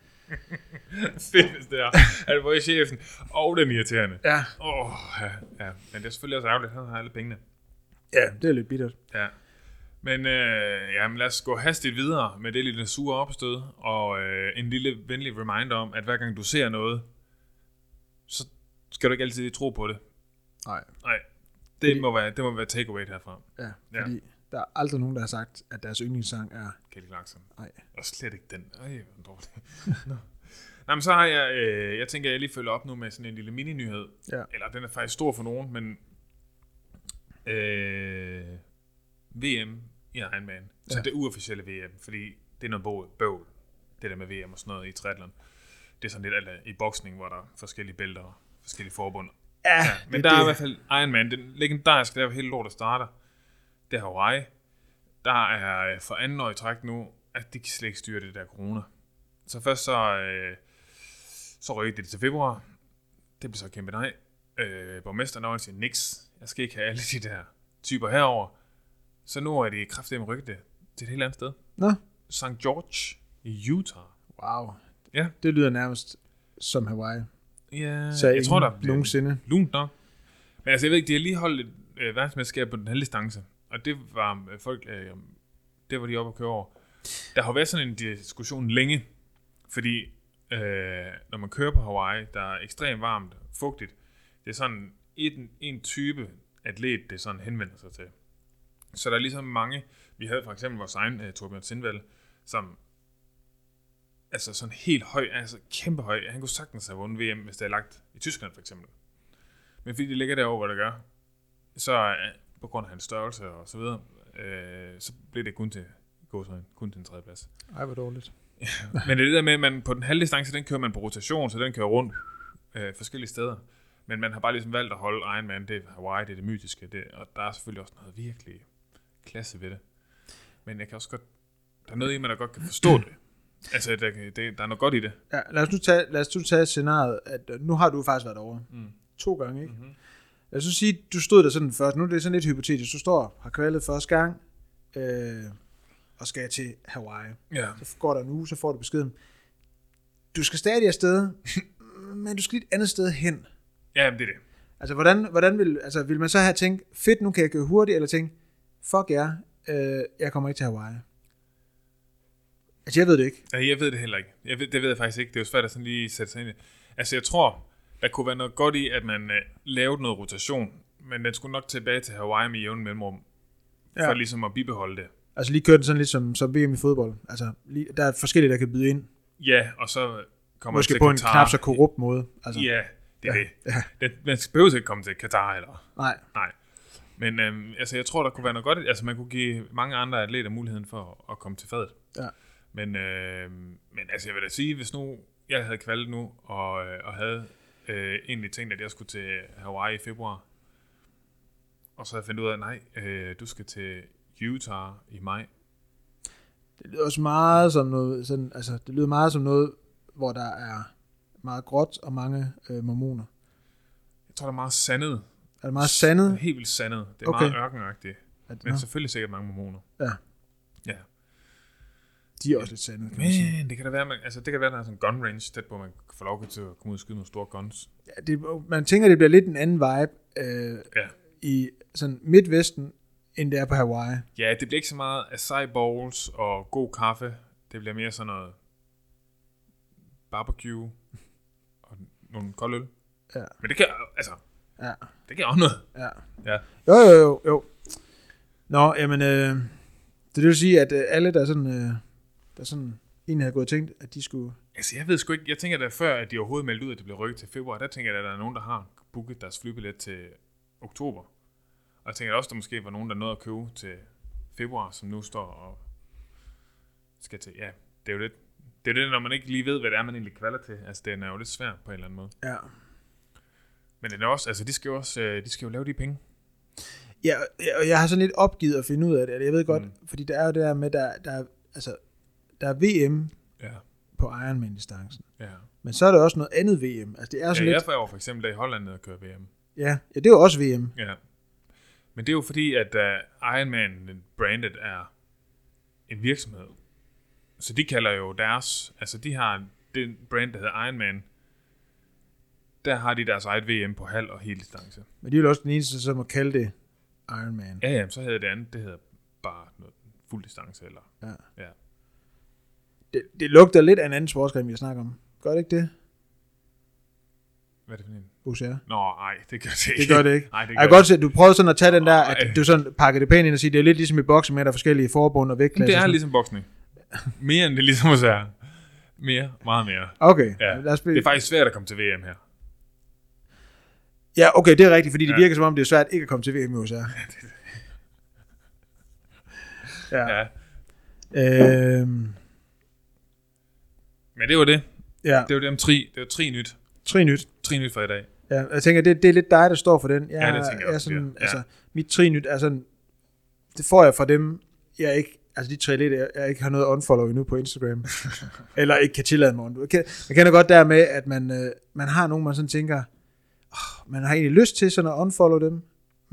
A: Fedt, hvis <laughs> det er. Altså, hvor er chefen? Og den irriterende.
B: Ja,
A: Åh, oh, ja, ja. Men det er selvfølgelig også ærgerligt, han har alle pengene.
B: ja det er lidt bittert.
A: Ja. Men øh, jamen, lad os gå hastigt videre med det lille sure opstød, og øh, en lille venlig reminder om, at hver gang du ser noget, så skal du ikke altid lige tro på det.
B: Nej.
A: Nej, det,
B: Fordi-
A: må være, det må være takeaway herfra.
B: Ja,
A: Ja.
B: fordi der er aldrig nogen, der har sagt, at deres yndlingssang er...
A: Kelly Clarkson.
B: Nej.
A: Og slet ikke den. Øj, hvor er den dårlig. <laughs> Nå. Nå, men så har jeg, øh, jeg tænker, at jeg lige følger op nu med sådan en lille mini-nyhed.
B: Ja.
A: Eller den er faktisk stor for nogen, men øh, VM i Ironman. Så
B: Ja.
A: det uofficielle VM, fordi det er noget bøvl- bøvl, det der med VM og sådan noget i triathlon. Det er sådan lidt eller i boksning, hvor der er forskellige bælter og forskellige forbund.
B: Ja,
A: Men der er i hvert fald Ironman, den legendariske, der er helt lort, der starter. Det er Hawaii. Der er øh, for anden år i træk nu, at de kan slet ikke styre det der corona. Så først så, øh, så røg det til februar. Det blev så et kæmpe nej. Øh, borgmesteren over siger, niks, jeg skal ikke have alle de der typer herover. Så nu er de kraftigt med rykket det til et helt andet sted.
B: Nå,
A: St. George i Utah.
B: wow.
A: Ja.
B: Det lyder nærmest som Hawaii.
A: Ja,
B: Så
A: jeg tror, der bliver
B: nogensinde.
A: lunt nok. Men altså, jeg ved ikke, de har lige holdt et øh, verdensmesterskab på den halve distance, og det var øh, folk, øh, det var de oppe at køre over. Der har været sådan en diskussion længe, fordi øh, når man kører på Hawaii, der er ekstremt varmt, fugtigt, det er sådan en, en type atlet, det sådan henvender sig til. Så der er ligesom mange, vi havde for eksempel vores egen øh, Torbjørn Sindvald, som altså sådan helt høj, altså kæmpe høj, han kunne sagtens have vundet VM, hvis det er lagt i Tyskland for eksempel. Men fordi det ligger derovre, hvor det gør, så øh, på grund af hans størrelse og så videre, øh, så bliver det kun til, gå sådan, kun til en tredje plads.
B: Ej, hvor dårligt.
A: Men det er det der med, at man på den halve distance, den kører man på rotation, så den kører rundt øh, forskellige steder. Men man har bare ligesom valgt at holde Ironman, det er Hawaii, det er det mytiske, det, og der er selvfølgelig også noget virkelig klasse ved det. Men jeg kan også godt, der er noget i mig, der godt kan forstå det. Altså, der, kan- det, der er noget godt i det.
B: Ja, lad os nu tage, lad os nu tage scenariet, at øh, nu har du faktisk været over
A: Mm.
B: to gange, ikke?
A: Mhm.
B: Mm-hmm. Lad os nu sige, du stod der sådan først. Nu er det sådan lidt hypotetisk. Du står, har kvalet første gang, øh, og skal til Hawaii.
A: Ja.
B: Så går der en uge, så får du beskeden. Du skal stadig afsted, men du skal lige et andet sted hen.
A: Ja, jamen, det er det.
B: Altså, hvordan, hvordan vil, altså, vil man så have tænkt, fedt, nu kan jeg køre hurtigt, eller tænkt, fuck jer, øh, jeg kommer ikke til Hawaii. Altså, jeg ved det ikke.
A: Ja, jeg ved det heller ikke. Jeg ved, det ved jeg faktisk ikke. Det er jo svært at sådan lige sætte sig ind i. Altså, jeg tror, der kunne være noget godt i, at man øh, lavede noget rotation, men den skulle nok tilbage til Hawaii med jævn mellemrum, ja.
B: Ja.
A: for ligesom at bibeholde det.
B: Altså, lige køre den sådan lidt som, som VM i fodbold. Altså, lige, der er forskellige, der kan byde ind.
A: Ja, og så kommer
B: Måske
A: til
B: på en
A: Katar.
B: knap så korrupt måde. Altså,
A: Ja, det er ja. det.
B: ja.
A: Den- Man behøver ikke komme til Katar eller.
B: Nej,
A: Nej. Men øhm, altså, jeg tror, der kunne være noget godt. i- Altså, man kunne give mange andre atleter muligheden for at komme til fadet.
B: Ja.
A: Men, øh, men altså, jeg vil da sige, hvis nu jeg havde kvalget nu, og, øh, og havde øh, egentlig tænkt, at jeg skulle til Hawaii i februar, og så havde jeg fundet ud af, at nej, øh, du skal til Utah i maj.
B: det lyder også meget som noget, sådan, altså, det lyder meget som noget, hvor der er meget gråt og mange øh, mormoner.
A: Jeg tror, der er meget sandet.
B: Er det meget sandet?
A: Helt vildt sandet. Det er Mm. okay.
B: Okay.
A: meget ørkenagtigt.
B: At,
A: Men
B: nå,
A: selvfølgelig sikkert mange mormoner.
B: ja,
A: Ja.
B: de er også lidt sandet, kan man sige.
A: Men det kan da være, man, altså, det kan være, der er sådan en gun range, tæt på, man får lov til at komme ud og skyde nogle store guns.
B: Ja, det, man tænker, det bliver lidt en anden vibe øh,
A: Ja.
B: i sådan midtvesten, end det er på Hawaii.
A: Ja, det bliver ikke så meget acai bowls og god kaffe. Det bliver mere sådan noget barbecue og nogle kolde øl.
B: Ja.
A: Men det kan, altså,
B: Ja,
A: det kan også noget.
B: ja.
A: Ja.
B: Jo, jo, jo, jo. Nå, jamen, øh, det vil sige, at øh, alle, der sådan, øh, der sådan egentlig havde gået og tænkt, at de skulle...
A: Altså, jeg ved sgu ikke, jeg tænker da før, at de overhovedet meldte ud, at det blev rykket til februar, der tænker jeg, at der er nogen, der har booket deres flybillet til oktober. Og jeg tænker da også, at der måske var nogen, der nåede at købe til februar, som nu står og skal til. Ja, det er jo lidt, det er jo det, når man ikke lige ved, hvad det er, man egentlig kvalder til. Altså, den er jo lidt svær på en eller anden måde.
B: Ja.
A: Men den er også, altså de skal jo også, øh, de skal jo lave de penge.
B: Ja, og jeg har sådan lidt opgivet at finde ud af det, eller jeg ved godt, mm. fordi der er jo det der med, der, der, er- altså, der er VM
A: Ja.
B: på Ironman-distancen,
A: Ja,
B: men så er der også noget andet VM. Altså, det er
A: ja
B: sådan
A: jeg
B: lidt...
A: var jo for eksempel der i Holland nede og køre VM.
B: Ja, ja, det er jo også VM.
A: Ja. Men det er jo øh, fordi, at uh, Ironman Branded er en virksomhed. Så de kalder jo deres, altså de har den brand, der hedder Ironman, der har de deres eget VM på halv og hel distance.
B: Men de er jo også den eneste, som må kalde det Iron Man.
A: Ja, ja, så hedder det andet, det hedder bare noget, fuld distance, eller
B: Ja.
A: ja.
B: Det, det lugter lidt af en anden sportsgren, vi har snakket om. Gør det ikke det,
A: Hvad er det for en?
B: Boucher?
A: Nå, nej, det gør det ikke.
B: Det gør det ikke.
A: <laughs> Nej, det
B: Jeg
A: gør
B: kan godt se, at du prøvede sådan at tage den der,
A: Ej.
B: at du sådan pakker det pænt ind og siger, det er lidt ligesom i boksen med, at der er forskellige forbund og
A: Men
B: vægtklasser.
A: det er
B: Sådan-
A: ligesom boksning. Mere end det ligesom os er. Mere, meget mere.
B: Okay,
A: Ja.
B: ja. lad os blive...
A: Det er faktisk svært at komme til VM her.
B: Ja, okay, det er rigtigt, fordi det
A: Ja.
B: virker som om, det er svært ikke at komme til VM i USA. ja.
A: Ja.
B: Øhm,
A: Men det var det.
B: ja,
A: Det var det om tri. Det var tri nyt.
B: tre nyt.
A: Tri nyt for i dag.
B: Ja, jeg tænker, det, det er lidt dig, der står for den. Jeg,
A: Ja, det tænker jeg
B: er
A: også,
B: sådan,
A: det er.
B: altså,
A: Ja.
B: Mit trinyt er sådan, det får jeg fra dem, jeg ikke, altså de tre lidt, jeg, jeg ikke har noget unfollow endnu på
A: <laughs>
B: Instagram, eller ikke kan tillade mig. Man kender, man kender godt dermed, at man, øh, man har nogen, man sådan tænker, oh, man har egentlig lyst til sådan at unfollow dem,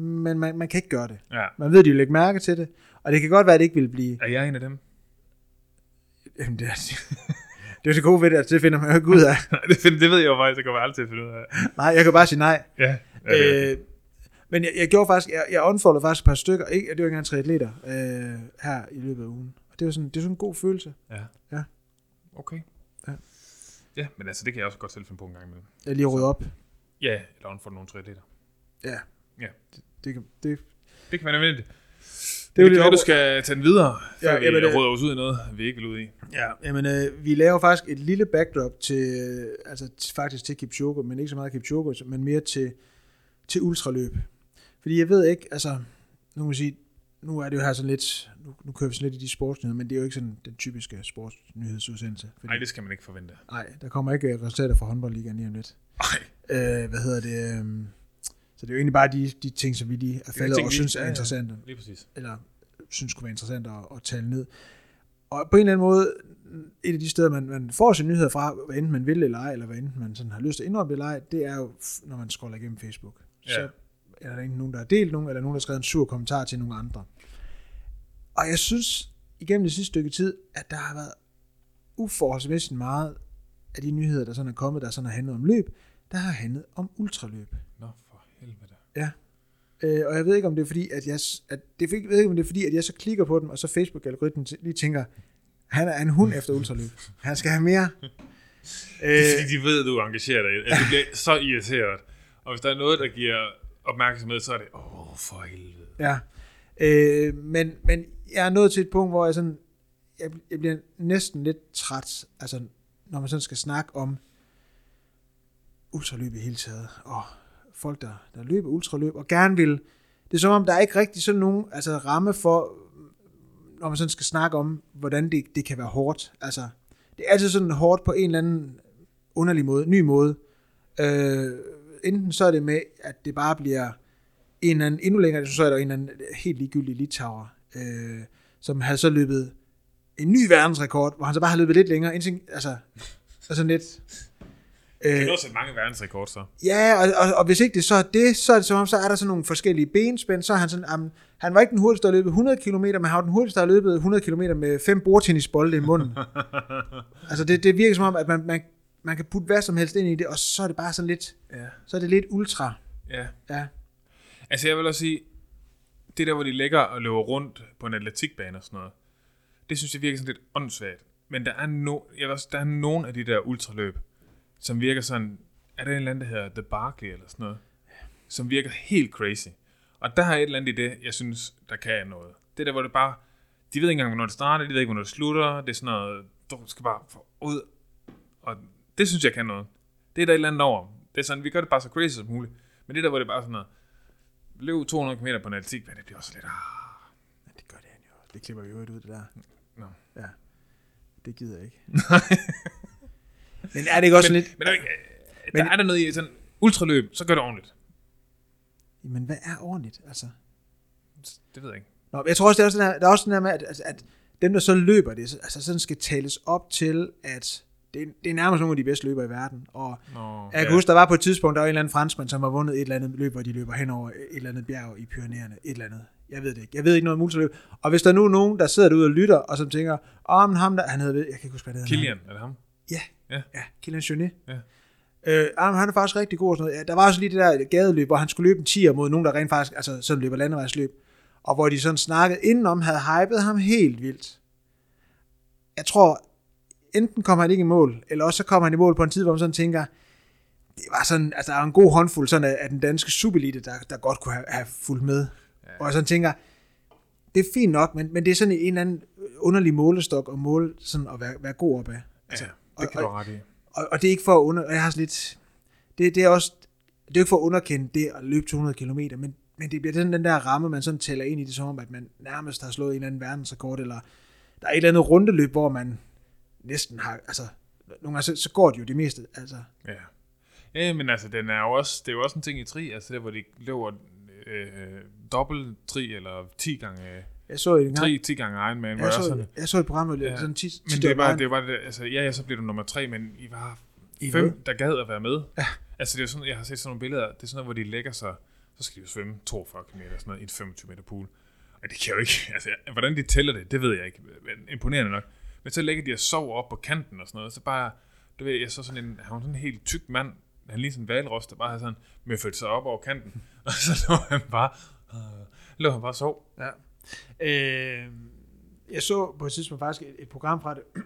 B: men man, man kan ikke gøre det.
A: Ja.
B: Man ved, de vil lægge mærke til det, og det kan godt være, at det ikke vil blive...
A: Er jeg en af dem? <laughs>
B: Jamen, det, er, <laughs> det er jo det gode ved det, at det finder man jo ikke ud af.
A: det, find- det ved jeg jo faktisk, det kommer jeg aldrig til at finde ud af.
B: Nej, jeg kan bare sige nej.
A: Ja. ja det er det.
B: Øh, men jeg, jeg gjorde faktisk, jeg, jeg unfoldede faktisk et par stykker, ikke, det var ikke engang tre atleter, øh, her i løbet af ugen. Og det var sådan, det var sådan en god følelse.
A: ja.
B: ja.
A: Okay.
B: Ja.
A: Ja, men altså, det kan jeg også godt selv finde på en gang imellem.
B: Jeg lige rydde op.
A: Ja, eller hun får nogle triatleter.
B: Ja.
A: Ja.
B: Det, det, kan- det,
A: Det kan være nødvendigt. Det
B: jo
A: er jo
B: lidt
A: lige, at du
B: over-
A: skal tage den videre, før
B: Ja,
A: ja, vi
B: jamen, det-
A: råder os ud i noget, vi ikke vil ud i.
B: ja, jamen, øh, vi laver faktisk et lille backdrop til, øh, altså t- faktisk til Kipchoge, men ikke så meget Kipchoge, så- men mere til, til ultraløb. Fordi jeg ved ikke, altså, nu kan man sige, nu er det jo her sådan lidt, nu, nu kører vi sådan lidt i de sportsnyheder, men det er jo ikke sådan den typiske sportsnyhedsudsendelse. Fordi,
A: Nej, det skal man ikke forvente.
B: Nej, der kommer ikke øh, resultater fra håndboldligaen lige om lidt.
A: Nej,
B: øh, hvad hedder det, øh, så det er jo egentlig bare de, de ting, som vi lige er faldet
A: ting,
B: og
A: vi-
B: synes
A: ja,
B: er
A: ja.
B: interessante,
A: lige præcis.
B: eller synes kunne være interessante at, at tale ned. Og på en eller anden måde, et af de steder, man, man får sine nyheder fra, hvad enten man vil eller ej, eller hvad enten man sådan har lyst til at indrømme det eller ej, det er jo, f- når man scroller igennem Facebook.
A: Ja.
B: Så er der enten nogen, der har delt nogen, eller nogen, der har skrevet en sur kommentar til nogle andre. Og jeg synes, igennem det sidste stykke tid, at der har været uforholdsmæssigt meget af de nyheder, der sådan er kommet, der sådan har handlet om løb, der har handlet om ultraløb.
A: Nå, for helvede.
B: Øh, og jeg ved ikke, om det er fordi, at jeg, s- at det, jeg ved ikke, om det er fordi, at jeg så klikker på den, og så Facebook-algoritmen t- lige tænker, han er en hund efter ultraløb. Han skal have mere.
A: Det er
B: Øh,
A: fordi, de ved, at du engagerer dig. i det. Altså, du bliver så irriteret. Og hvis der er noget, der giver opmærksomhed, så er det, åh, oh, for helvede.
B: ja. Øh, men, men jeg er nået til et punkt, hvor jeg sådan, jeg, bl- jeg bliver næsten lidt træt, altså når man sådan skal snakke om ultraløb i hele taget, og folk, der, der løber ultraløb, og gerne vil, det er som om, der er ikke rigtig sådan nogen altså, ramme for, når man sådan skal snakke om, hvordan det, det kan være hårdt. Altså, det er altid sådan hårdt på en eller anden underlig måde, ny måde. Øh, enten så er det med, at det bare bliver en eller anden, endnu længere, så er der en eller anden helt ligegyldig litauer, øh, som havde så løbet en ny verdensrekord, hvor han så bare har løbet lidt længere, indtil, altså, altså lidt.
A: Det
B: Øh,
A: er også mange verdensrekorder, så.
B: Ja, og, og, og hvis ikke det så er det, så er det som om, så er der sådan nogle forskellige benspænd, så er han sådan, jamen, han var ikke den hurtigste, der løbet 100 km, men han var den hurtigste, der har løbet 100 km med fem bordtennisbolde i munden. <laughs> altså det, det virker som om, at man, man, man kan putte hvad som helst ind i det, og så er det bare sådan lidt,
A: Ja.
B: så er det lidt ultra.
A: ja.
B: Ja,
A: Altså, jeg vil også sige, det der, hvor de ligger og løber rundt på en atletikbane og sådan noget, det synes jeg virker sådan lidt åndssvagt. Men der er, no, jeg vil også, der er nogen af de der ultraløb, som virker sådan, er der en eller anden, der hedder The Barkley eller sådan noget, som virker helt crazy. Og der er et eller andet i det, jeg synes, der kan noget. Det der, hvor det bare, de ved ikke engang, hvornår det starter, de ved ikke, hvornår det slutter, det er sådan noget, du skal bare få ud. Og det synes jeg kan noget. Det er der et eller andet over. Det er sådan, vi gør det bare så crazy som muligt. Men det der, hvor det bare er sådan noget, løb 200 km på en atletikbane, det bliver også lidt, ah,
B: men det gør det han jo. Det klipper vi jo ud, det der.
A: Nå.
B: Ja, det gider jeg ikke. men er det ikke også men, lidt...
A: <laughs> Men der, er ikke-
B: Men-
A: der er der noget i sådan, ultraløb, så gør det ordentligt.
B: Men hvad er ordentligt, altså?
A: Det ved jeg ikke.
B: Nå, men jeg tror også, det er også den her, der er også den her med, at, at, at dem, der så løber det, så- altså sådan skal tales op til, at det, er- det er nærmest nogle af de bedste løbere i verden. Og
A: Nå,
B: jeg kan huske, der var på et tidspunkt, der var en eller anden franskmand, som har vundet et eller andet løb, hvor de løber hen over et eller andet bjerg i Pyreneerne, et eller andet Jeg ved det ikke. Jeg ved ikke noget om ultraløb. Og hvis der nu er nogen, der sidder derude og lytter, og som tænker, åh, oh, men ham der, han hedder, jeg kan ikke huske, hvad det hedder.
A: Kilian, er det ham?
B: Ja.
A: Ja.
B: Ja. ja, Kilian Jeunet.
A: Ja.
B: Øh, ah, men han er faktisk rigtig god og sådan noget. Ja, der var også lige det der gadeløb, hvor han skulle løbe en 10'er mod nogen, der rent faktisk, altså sådan løber landevejsløb. Og hvor de sådan snakkede indenom, havde hypet ham helt vildt. Jeg tror, enten kommer han ikke i mål, eller også så kommer han i mål på en tid, hvor man sådan tænker, det var sådan, altså der er en god håndfuld sådan af, af den danske superelite, der, der godt kunne have, have fulgt med. Ja. Og jeg sådan tænker, det er fint nok, men, men det er sådan en eller anden underlig målestok at måle sådan at være, være god op af. Altså,
A: Ja, det kan
B: og,
A: du
B: og,
A: have ret i.
B: og, og det er ikke for at under... og Jeg har sådan lidt... Det, det er også... Det er jo ikke for at underkende det at løbe 200 km, men, men det bliver sådan den der ramme, man sådan tæller ind i det som om, at man nærmest har slået en eller anden verdensrekord, eller der er et eller andet rundeløb, hvor man næsten har... Altså, nogle gange så, så går det jo det meste. Altså,
A: Ja. Ja, men altså, den er jo også, det er jo også en ting i tri, altså der, hvor de løber øh, dobbelt tri, eller 10 gange,
B: jeg så en gang...
A: tri, 10 gange Ironman, hvor
B: Jeg
A: jeg også
B: så,
A: sådan,
B: jeg så et program, ja.
A: Ja.
B: sådan 10, 10
A: men det er bare, det er bare det, altså, ja, ja, så bliver du nummer 3, men I var
B: I
A: fem,
B: ved.
A: der gad at være med. Ja. Altså, det er jo sådan, jeg har set sådan nogle billeder, det er sådan noget, hvor de lægger sig, så skal de jo svømme 42 km eller sådan noget i en 25 meter pool. Og det kan jeg jo ikke, <laughs> altså, jeg- hvordan de tæller det, det ved jeg ikke, men imponerende nok. Men så lægger de og sover op på kanten og sådan noget, så bare, du ved, jeg så sådan en, han var sådan en helt tyk mand, han lige sådan en valros, der bare havde sådan, møffet sig op over kanten, <laughs> og så lå han bare, øh, lå han bare og sov.
B: Ja. Øh, jeg så på et tidspunkt faktisk et, et program fra det, <clears throat>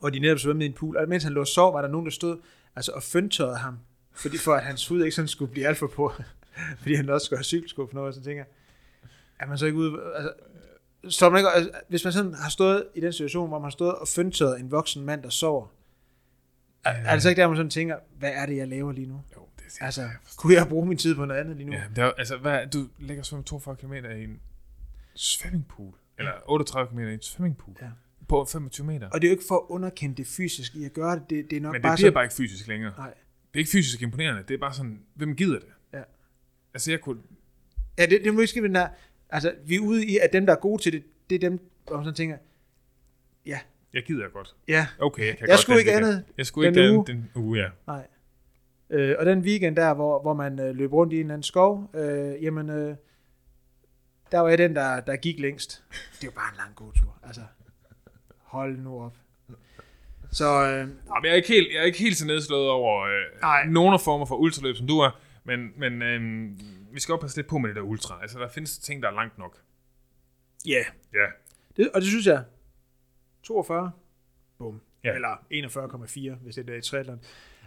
B: hvor de netop svømmede i en pool, og mens han lå og sov, var der nogen, der stod altså, og føntørrede ham, fordi, for at hans hud ikke sådan skulle blive alt for på, <laughs> fordi han også skulle have cykelskuffen over, og så tænker jeg, er man så ikke ude... Altså, så man ikke, altså, hvis man sådan har stået i den situation, hvor man har stået og føntørret en voksen mand, der sover, er, er det så ikke der, man sådan tænker, hvad er det, jeg laver lige nu?
A: Jo, det er
B: Altså, kunne jeg bruge min tid på noget andet lige nu?
A: Ja, det er, jo- altså, hvad, du ligger og svømmer 42 km i en swimmingpool. Eller 38 km i en swimmingpool.
B: Ja.
A: På 25 meter.
B: Og det er jo ikke for at underkende det fysisk i at gøre det. Det, det er nok
A: Men det bliver
B: bare sådan,
A: bare ikke fysisk længere.
B: Nej.
A: Det er ikke fysisk imponerende. Det er bare sådan, hvem gider det?
B: Ja.
A: Altså, jeg kunne...
B: Ja, det, det er måske den der... Altså, vi er ude i, at dem, der er gode til det, det er dem, hvor man sådan tænker, ja,
A: Jeg gider godt.
B: ja,
A: Okay, jeg kan
B: Jeg
A: godt
B: skulle
A: den
B: ikke
A: liga.
B: andet
A: Jeg skulle
B: den
A: ikke
B: uge.
A: den, den uge, ja.
B: nej. Øh, og den weekend der, hvor, hvor man øh, løb rundt i en eller anden skov, øh, jamen, øh, der var jeg den, der, der gik længst. Det var bare en lang god tur, altså. Hold nu op. Så,
A: Nå,
B: øh,
A: men jeg er ikke helt, jeg er ikke helt så nedslået over
B: Nej.
A: øh, nogen af former for ultraløb, som du er. Men, men øh, vi skal også passe lidt på med det der ultra. Altså, der findes ting, der er langt nok.
B: ja,
A: Ja.
B: Det, og det synes jeg, 42, bum.
A: Ja.
B: Ja. Eller 41,4, hvis det er i triathlon.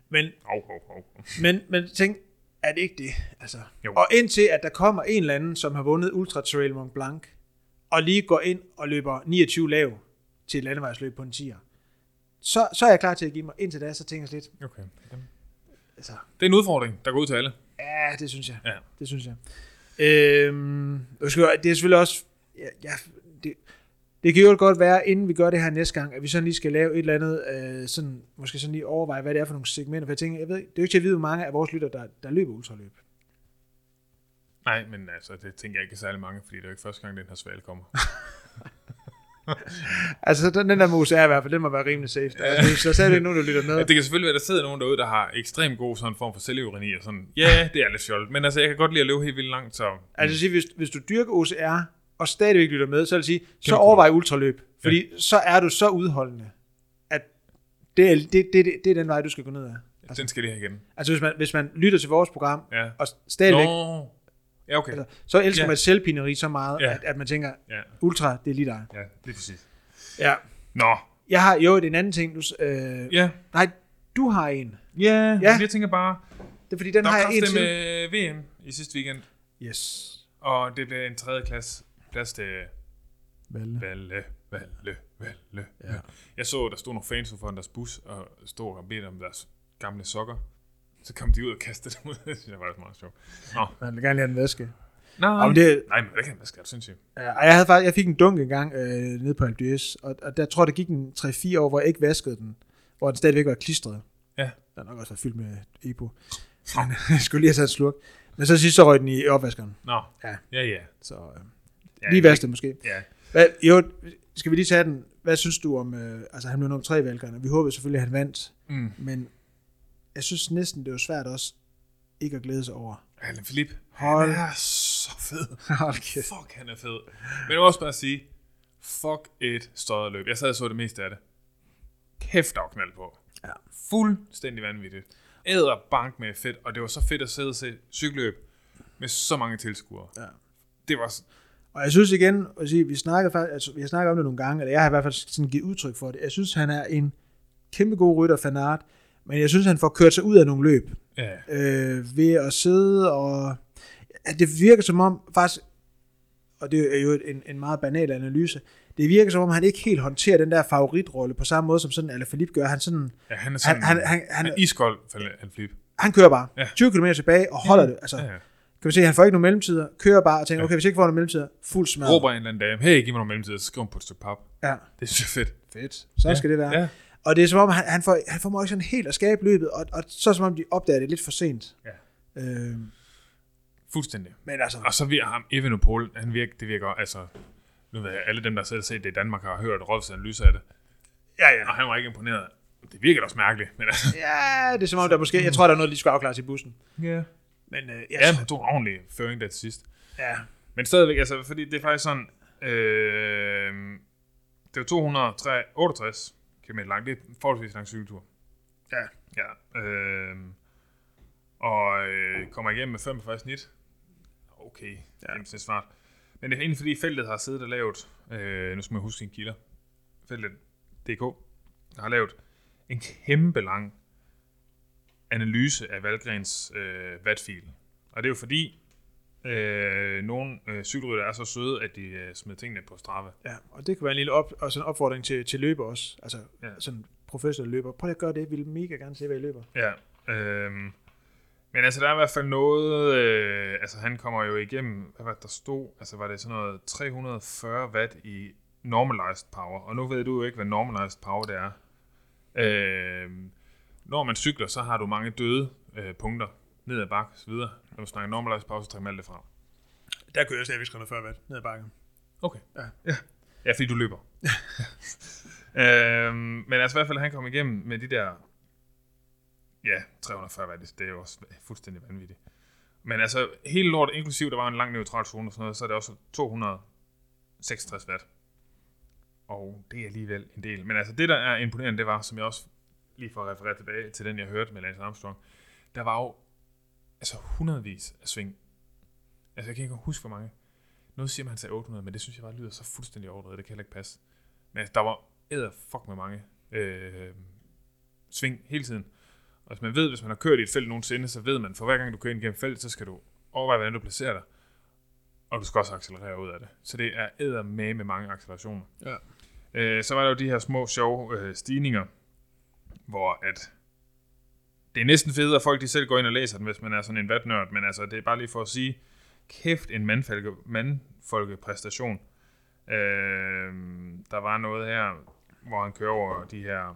B: Men,
A: Au, au, au.
B: men, men tænk, er det ikke det? Altså.
A: Jo.
B: Og indtil, at der kommer en eller anden, som har vundet Ultra Trail Mont Blanc, og lige går ind og løber 29 lav til et landevejsløb på en 10'er, så, så er jeg klar til at give mig. Indtil da, så tænker jeg lidt,
A: Okay. Jamen.
B: altså,
A: Det er en udfordring, der går ud til alle.
B: ja, det synes jeg.
A: Ja.
B: Det synes jeg. Øhm, jeg skal, det er selvfølgelig også... Ja, ja, det, det kan jo godt være, inden vi gør det her næste gang, at vi sådan lige skal lave et eller andet, øh, sådan, måske sådan lige overveje, hvad det er for nogle segmenter. For jeg tænker, jeg ved, ikke- det er jo ikke til at vide, hvor mange af vores lytter, der, der løber ultraløb.
A: Nej, men altså, det tænker jeg ikke er særlig mange, fordi det er jo ikke første gang, den her svale kommer.
B: <laughs> Altså den, den der mus er i hvert fald, den må være rimelig safe. Der, altså, hvis der er stadigvæk nogen, der lytter med.
A: ja, det kan selvfølgelig være, der sidder nogen derude, der har ekstremt god sådan form for selvironi og sådan, ja, det er lidt sjovt, men altså, jeg kan godt lide at løbe helt vildt langt, så
B: Altså jeg vil sige, hvis, hvis du dyrker OCR, og stadigvæk lytter med, så vil jeg sige, så
A: du-
B: overvej ultraløb. Fordi så er du så udholdende, at det er, det, det, det, det er den vej, du skal gå ned ad.
A: altså, den skal det her igen.
B: Altså hvis man, hvis man lytter til vores program,
A: Ja.
B: og stadigvæk,
A: Nå, ja, okay.
B: altså, så elsker
A: Ja.
B: man selvpineri så meget,
A: Ja.
B: at, at man tænker,
A: Ja,
B: ultra, det er lige dig.
A: ja, lige præcis.
B: Ja.
A: Nå,
B: Jeg har jo en anden ting, du... s- Øh,
A: ja,
B: Nej, du har en.
A: ja,
B: Ja.
A: jeg tænker bare,
B: Det er fordi, den
A: der
B: har
A: var
B: jeg en
A: kraft
B: til.
A: med VM i sidste weekend,
B: Yes.
A: og det blev en tredje klasse plads til
B: Valle.
A: Valle, Valle, Valle. Ja. Jeg så, der stod nogle fans foran deres bus, og stod og bedte om deres gamle sokker. Så kom de ud og kastede dem ud. <laughs> det synes jeg var meget sjovt. Nå,
B: Man vil gerne lige have en vaske.
A: nej,
B: Jamen, det-
A: nej men det kan man skal, synes jeg.
B: Ja, og jeg, havde faktisk, jeg fik en dunk engang øh, nede på Alpe d'Huez, og, og der tror jeg, der gik en 3-4 år, hvor jeg ikke vaskede den. Hvor den stadigvæk var klistret.
A: Ja.
B: Der er nok også været fyldt med EPO. Men <laughs> jeg skulle lige have sat en slurk. Men så sidst så røg den i opvaskeren.
A: Nå,
B: Ja.
A: ja, ja.
B: Så øh,
A: ja
B: lige vask det måske.
A: Ja,
B: Hvad, jo, skal vi lige tage den? Hvad synes du om, øh, altså han blev nummer tre i valgerne. Vi håbede selvfølgelig, at han vandt,
A: mm.
B: men jeg synes næsten, det var svært også ikke at glæde sig over.
A: Alain Philippe.
B: Hold
A: Han er så fed.
B: Hold kæft.
A: Fuck, han er fed. Men jeg må også bare sige, fuck et støjet løb. Jeg sad og så det meste af det. Kæft, der var knald på.
B: Ja.
A: Fuldstændig vanvittigt. Æder bank med fedt, og det var så fedt at sidde og se cykelløb med så mange tilskuere.
B: Ja.
A: Det var... s-
B: Og jeg synes igen, at sige, vi snakker faktisk, altså, vi har snakket om det nogle gange, eller jeg har i hvert fald sådan givet udtryk for det. Jeg synes, han er en kæmpe god rytter, fanart, men jeg synes, han får kørt sig ud af nogle løb
A: Ja,
B: øh, ved at sidde og... Ja, det virker som om, faktisk, og det er jo en, en meget banal analyse, det virker som om, han ikke helt håndterer den der favoritrolle på samme måde, som sådan Alaphilippe gør. Han, sådan,
A: ja han er sådan...
B: han, han, han, han,
A: han er iskold, falder han flip.
B: han kører bare.
A: Ja.
B: 20 km tilbage og holder det. Altså,
A: Ja, ja.
B: kan vi se, han får ikke nogen mellemtider, kører bare og tænker,
A: Ja.
B: okay, hvis jeg ikke får nogen mellemtider, fuld smad.
A: Råber en eller anden dame, hey, giv mig nogle mellemtider, så skriver hun på et stykke pap.
B: Ja.
A: Det synes jeg er fedt.
B: Fedt. Så ja. skal det være.
A: Ja.
B: Og det er som om, han, han, får, han formår ikke sådan helt at skabe løbet, og, og så er det som om, de opdager det lidt for sent.
A: Ja.
B: Øh,
A: Fuldstændig.
B: men altså,
A: Og så virker ham Evanopol, han virker, det virker, altså, nu ved jeg, alle dem, der selv har set det i Danmark, har hørt Rolfs analyse af det. Ja, ja. Og han var ikke imponeret. Det virker da også mærkeligt, men altså.
B: ja, det er som om, der måske, jeg tror, der er noget, de skulle afklares i bussen.
A: Ja.
B: Men øh,
A: Ja,
B: jeg,
A: men det var en ordentlig føring der til sidst.
B: ja.
A: Men stadigvæk, altså, fordi det er faktisk sådan, øh, det var 268 km langt, det er en forholdsvis lang cykeltur.
B: ja.
A: Ja. Øh, og øh, kommer igennem med 45 snit. Okay, ja. snart. Men det er egentlig fordi feltet har siddet og lavet, øh, nu skal man huske en kilder, feltet DK har lavet en kæmpe lang analyse af Valgrens øh, vatfil. Og det er jo fordi, øh, nogle øh, cykelrytter er så søde, at de øh, smider tingene på straffe.
B: ja. Og det kunne være en lille op, og sådan en opfordring til, til løber også. Altså,
A: Ja.
B: ja. sådan professionelle løber. Prøv lige at gøre det, vi vil mega gerne se, hvad I løber.
A: Ja. Øhm, men altså, der er i hvert fald noget... Øh, altså, han kommer jo igennem... Hvad var det, der stod? Altså, var det sådan noget 340 watt i normalized power? Og nu ved du jo ikke, hvad normalized power det er. Øhm, når man cykler, så har du mange døde øh, punkter ned ad bakke og så videre. Når du snakker normalized power, så trækker man alt det fra.
B: Der kører jeg stadigvæk 340 watt ned ad bakken.
A: Okay.
B: Ja.
A: ja. Ja, fordi du løber. øhm, men altså i hvert fald, han kom igennem med de der... Ja, 340 watt, det er jo også fuldstændig vanvittigt. Men altså, hele lort, inklusiv der var en lang neutral zone og sådan noget, så er det også 266 watt. Og det er alligevel en del. Men altså, det der er imponerende, det var, som jeg også lige får refereret tilbage til den, jeg hørte med Lance Armstrong, der var jo altså hundredvis af sving. Altså, jeg kan ikke engang huske, hvor mange. Noget siger man, han sagde 800, men det synes jeg bare lyder så fuldstændig overdrevet. Det kan heller ikke passe. Men altså, der var æder fuck med mange øh, sving hele tiden. Og hvis man ved, hvis man har kørt i et felt nogensinde, så ved man, for hver gang du kører ind gennem feltet, så skal du overveje, hvordan du placerer dig. Og du skal også accelerere ud af det. Så det er æder med med mange accelerationer.
B: Ja.
A: Øh, så var der jo de her små, sjove øh, stigninger, hvor at det er næsten fedt, at folk de selv går ind og læser den, hvis man er sådan en vatnørd, men altså, det er bare lige for at sige, kæft en mandfolke, mandfolkepræstation. Øh, der var noget her, hvor han kører over de her,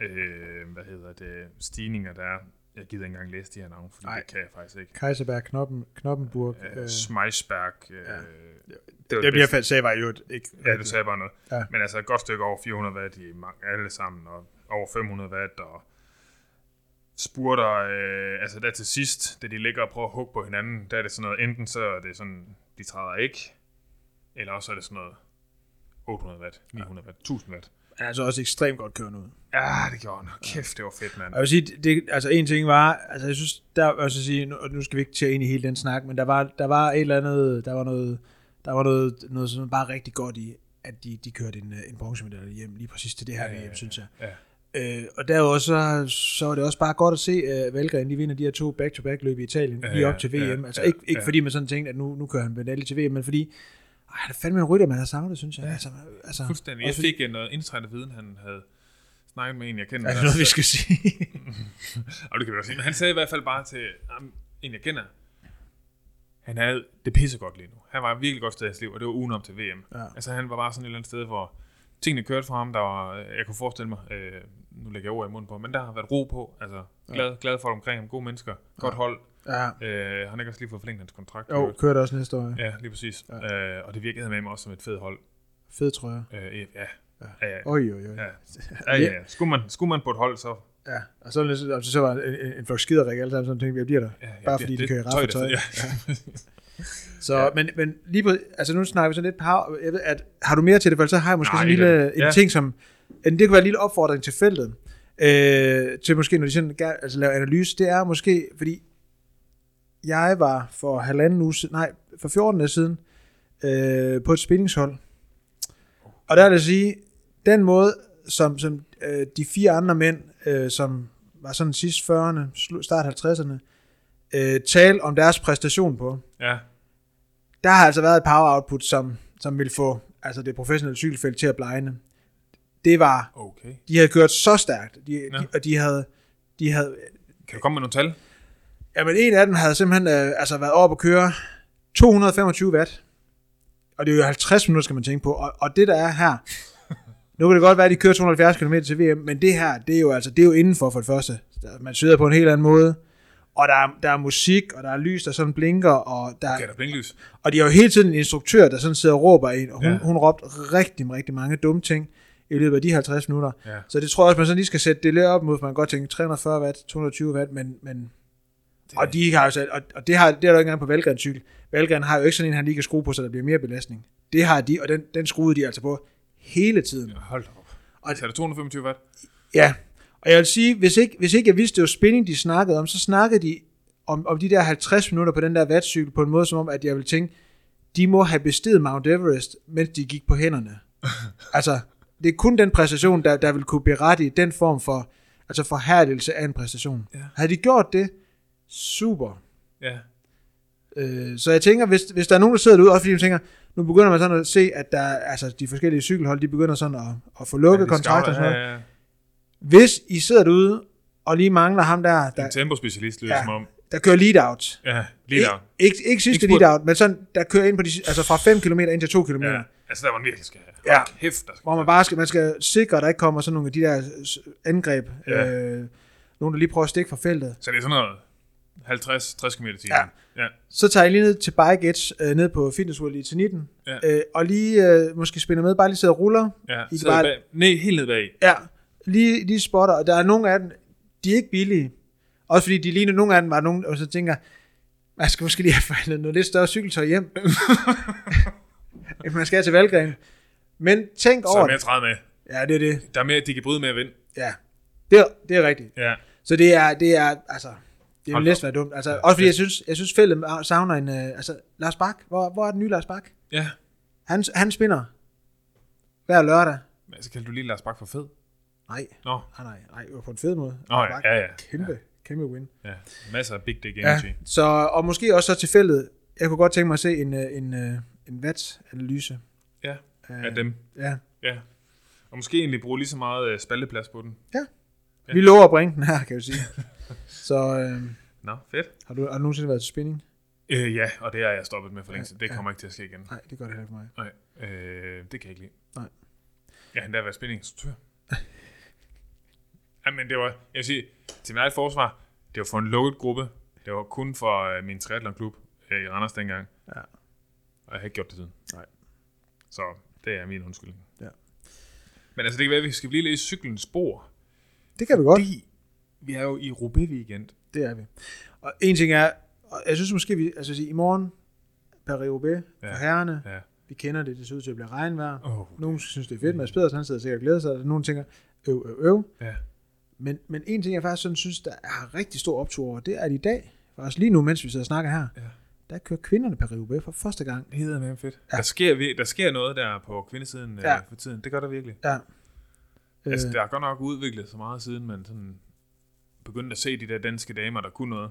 A: øh, hvad hedder det, stigninger, der er. Jeg gider ikke engang læse de her navne, fordi
B: Nej.
A: det kan jeg faktisk ikke.
B: Kaiserberg, Knoppen, Knoppenburg.
A: Øh, Schmeisberg. Øh,
B: ja.
A: det, var
B: det bliver
A: bedste.
B: fandt sagde, var jo et- ikke...
A: Ja, du sagde bare noget. Ja.
B: Ja.
A: Men altså et godt stykke over 400 watt i mange, alle sammen, og over 500 watt, og spurter, øh, altså der til sidst, da de ligger og prøver at hugge på hinanden, der er det sådan noget, enten så er det sådan, de træder ikke, eller også er det sådan noget 800 watt, 900 watt, 1000 watt.
B: Han er altså også ekstremt godt kørende ud.
A: Ja, det gjorde han. Kæft, det var fedt, mand.
B: Og Jeg vil sige, det- det, altså en ting var, altså jeg synes, der vil jeg så sige, nu, og nu skal vi ikke tage ind i hele den snak, men der var, der var et eller andet, der var noget, der var noget, noget sådan bare rigtig godt i, at de, de kørte en, øh, en bronzemedalje hjem, lige præcis til det her VM, synes jeg.
A: Ja.
B: Øh, og derudover så, så var det også bare godt at se, at Valgren de vinder de her to back-to-back løb i Italien,
A: Ja,
B: lige op til VM.
A: ja,
B: altså
A: ja,
B: ikke, ikke
A: ja.
B: fordi man sådan tænkte, at nu, nu kører han medalje til VM, men fordi, ej, det er fandme en rytter, man har savnet, synes jeg. Ja. Altså, altså,
A: Fuldstændig. Jeg
B: Også fordi,
A: fik øh, noget indtrættet viden, han havde snakket med en, jeg kender.
B: er det
A: der-
B: noget, vi skal sige?
A: Og det kan vi også sige. Men han sagde i hvert fald bare til ham, en jeg kender, han havde det pissegodt lige nu. Han var et virkelig godt sted i hans liv, og det var ugen op til VM.
B: Ja.
A: Altså han var bare sådan et eller andet sted, hvor tingene kørte for ham. Der var, jeg kunne forestille mig, øh, nu lægger jeg ord i munden på, ham, men der har været ro på. Altså glad, glad for omkring ham, gode mennesker, godt hold.
B: ja.
A: Øh, han har ikke også lige fået forlænget hans kontrakt.
B: Jo, kører det også næste år. Ja.
A: Ja, lige præcis. Ja. Øh, og det virkede med mig også som et fedt hold.
B: Fed trøje.
A: Øh, ja. Ja. Ja, ja.
B: Oj, oj, oj.
A: Ja, ja, ja. Skulle, man, skulle man på et hold, så
B: Ja, og så, og altså, så, så var en, en, en flok skiderik alle sammen, sådan tænkte, jeg bliver der.
A: Ja, ja,
B: Bare
A: det-
B: fordi de
A: det-
B: kører i
A: tøj,
B: raffeltøj.
A: der- Ja.
B: Så, ja. men, men lige på, altså nu snakker vi sådan lidt par, jeg ved, at har du mere til det, for ellers så har jeg måske
A: Nej,
B: sådan en
A: ikke
B: lille
A: rigtig.
B: en
A: Ja.
B: ting, som, en, det kunne være en lille opfordring til feltet, øh, til måske, når de sådan, gerne- altså, laver analyse, det er måske, fordi jeg var for halvanden uge siden, nej, for 14 dage siden, øh, på et spændingshold, og der vil jeg sige, den måde, som, som øh, de fire andre mænd, øh, som var sådan sidst 40'erne, slu- start 50'erne, øh, talte om deres præstation på,
A: ja. <laughs>
B: der har altså været et power output, som, som vil få altså det professionelle cykelfelt til at blegne. Det var,
A: Okay.
B: de havde kørt så stærkt, de, ja.
A: Ja.
B: de, og de havde, de havde,
A: Kan du komme med nogle tal?
B: jamen en af dem havde simpelthen øh, altså været oppe at køre 225 watt, og det er jo 50 minutter, skal man tænke på, og, og det der er her, nu kan det godt være, at de kører 270 km til VM, men det her, det er jo altså, det er jo indenfor for det første. Man syder på en helt anden måde, og der er, der er musik, og der er lys, der sådan blinker, og der,
A: Okay, der er blinklys.
B: Og de har jo hele tiden en instruktør, der sådan sidder og råber ind, og hun, ja.
A: Ja.
B: hun råbte rigtig, rigtig mange dumme ting i løbet af de 50 minutter.
A: Ja.
B: Så det tror jeg også, man sådan lige skal sætte det lidt op mod, for man kan godt tænke 340 watt, 220 watt, men, men
A: Det-
B: og, de har jo sat, og, og det, har, det er der jo ikke engang på Valgrens cykel. Valgren har jo ikke sådan en, han lige kan skrue på, så der bliver mere belastning. Det har de, og den, den skruede de altså på hele tiden.
A: Hold da op.
B: Og-
A: Så er det 225 watt?
B: Ja, og jeg vil sige, hvis ikke, hvis ikke jeg vidste, det var spænding, de snakkede om, så snakkede de om, om de der 50 minutter på den der wattcykel på en måde, som om, at jeg ville tænke, de må have bestedet Mount Everest, mens de gik på
A: <laughs>
B: hænderne. altså, det er kun den præstation, der, der vil kunne berette den form for altså forhærdelse af en præstation.
A: Ja.
B: Havde de gjort det, super.
A: Ja.
B: Øh, så jeg tænker, hvis, hvis der er nogen, der sidder derude, også fordi de tænker, nu begynder man sådan at se, at der, altså, de forskellige cykelhold, de begynder sådan at, at få lukket
A: de
B: ja, kontrakter og sådan noget.
A: scouter, Ja, ja.
B: Hvis I sidder derude og lige mangler ham der,
A: En
B: der,
A: tempospecialist lyder
B: Ja.
A: ja. som om.
B: der kører lead out.
A: Ja, lige der.
B: Ik- ikke, ikke sidste
A: Ikke spurt.
B: lead out, men sådan, der kører ind på de, si- altså fra 5 km ind til 2 km.
A: Ja.
B: Ja.
A: Altså, der var man virkelig skal have.
B: Ja.
A: Hold Kæft, altså. der skal
B: Hvor man bare skal, man skal sikre, at der ikke kommer sådan nogle af de der s- angreb.
A: Ja.
B: Øh, nogen, der lige prøver at stikke fra feltet.
A: Så det er sådan noget 50-60 km i timen.
B: Ja.
A: ja.
B: Så tager jeg lige ned til Bike Edge, øh, ned på Fitness World i Tenitten.
A: Ja.
B: Øh, og lige øh, måske spænder med, bare lige sidder og ruller.
A: ja.
B: I
A: Så
B: bare-
A: bare... bag, ned, helt ned bag.
B: Ja, lige, lige spotter, og der er nogle af dem, de er ikke billige. Også fordi de ligner, nogle af dem var nogen, og så tænker, man skal måske lige have forhandlet noget lidt større cykeltøj
A: <laughs>
B: hjem, end man skal til valggren. Men tænk
A: Så
B: over
A: er mere
B: det.
A: 30 med.
B: Ja, det er det.
A: Der er mere, de kan bryde med at vinde.
B: Ja, det er, det er rigtigt.
A: Ja.
B: Så det er, det er altså, det vil
A: Hold da
B: næsten være dumt. Altså, også fordi jeg synes, jeg synes fældet savner en, øh, altså, Lars Bak, hvor, hvor er den nye Lars Bak?
A: Ja.
B: Han, han spinder hver lørdag.
A: Men altså, kan du lige Lars Bak for fed?
B: Nej,
A: Nå.
B: nej, Ah, nej, nej, det var på en fed måde.
A: Nå,
B: Lars
A: ja,
B: Bak,
A: ja, ja.
B: Kæmpe, kæmpe win.
A: ja. Masser af big dick
B: Ja,
A: energy. Ja.
B: så, og måske også så tilfældet, jeg kunne godt tænke mig at se en, øh, en, øh, en VAT-analyse.
A: Ja,
B: Øh,
A: Af dem.
B: Ja.
A: Ja. Og måske egentlig bruge lige så meget øh, spalteplads på den.
B: ja. Vi lover at bringe den her, kan jeg
A: <laughs>
B: sige. så øh,
A: Nå, fedt.
B: har, du, har du nogensinde været til spinning?
A: Øh, ja, og det har jeg stoppet med for længe
B: Ja,
A: siden. Det
B: ja.
A: kommer ikke til at ske igen.
B: Nej, det gør det heller ikke for mig.
A: Nej, øh, det kan jeg ikke lide.
B: Nej.
A: Jeg har endda været spændingsinstruktør. <laughs> ja, men det var, jeg vil sige, til mit eget forsvar, det var for en lukket gruppe. Det var kun for øh, min triathlonklub øh, i Randers dengang.
B: Ja.
A: Og jeg har ikke gjort det siden.
B: Nej.
A: Så det er min undskyldning.
B: Ja.
A: Men altså, det kan være, at vi skal blive lidt i cyklens spor.
B: Det kan vi godt.
A: Fordi vi er jo i Roubaix weekend.
B: Det er vi. Og en ting er, og jeg synes måske, vi, altså i morgen, Paris-Roubaix ja.
A: Ja.
B: for herrene,
A: Ja.
B: vi kender det, det ser ud til at blive regnvejr.
A: Oh.
B: Nogle synes, det er fedt, Mads Pedersen, han sidder sikkert og glæder sig, og nogen tænker, øv, øv, øv.
A: Ja.
B: Men, men en ting, jeg faktisk sådan synes, der har rigtig stor optur over, det er at i dag, faktisk lige nu, mens vi sidder og snakker her, ja.
A: Ja.
B: der kører kvinderne på Roubaix for første gang.
A: Det hedder med fedt. Ja. Der, sker, vir- der sker noget der på kvindesiden
B: Ja.
A: ja. øh, for tiden. Det gør der virkelig.
B: Ja.
A: Øh. Altså,
B: Øh,
A: der er godt nok udviklet så meget siden, man sådan begyndte at se de der danske damer, der kunne noget.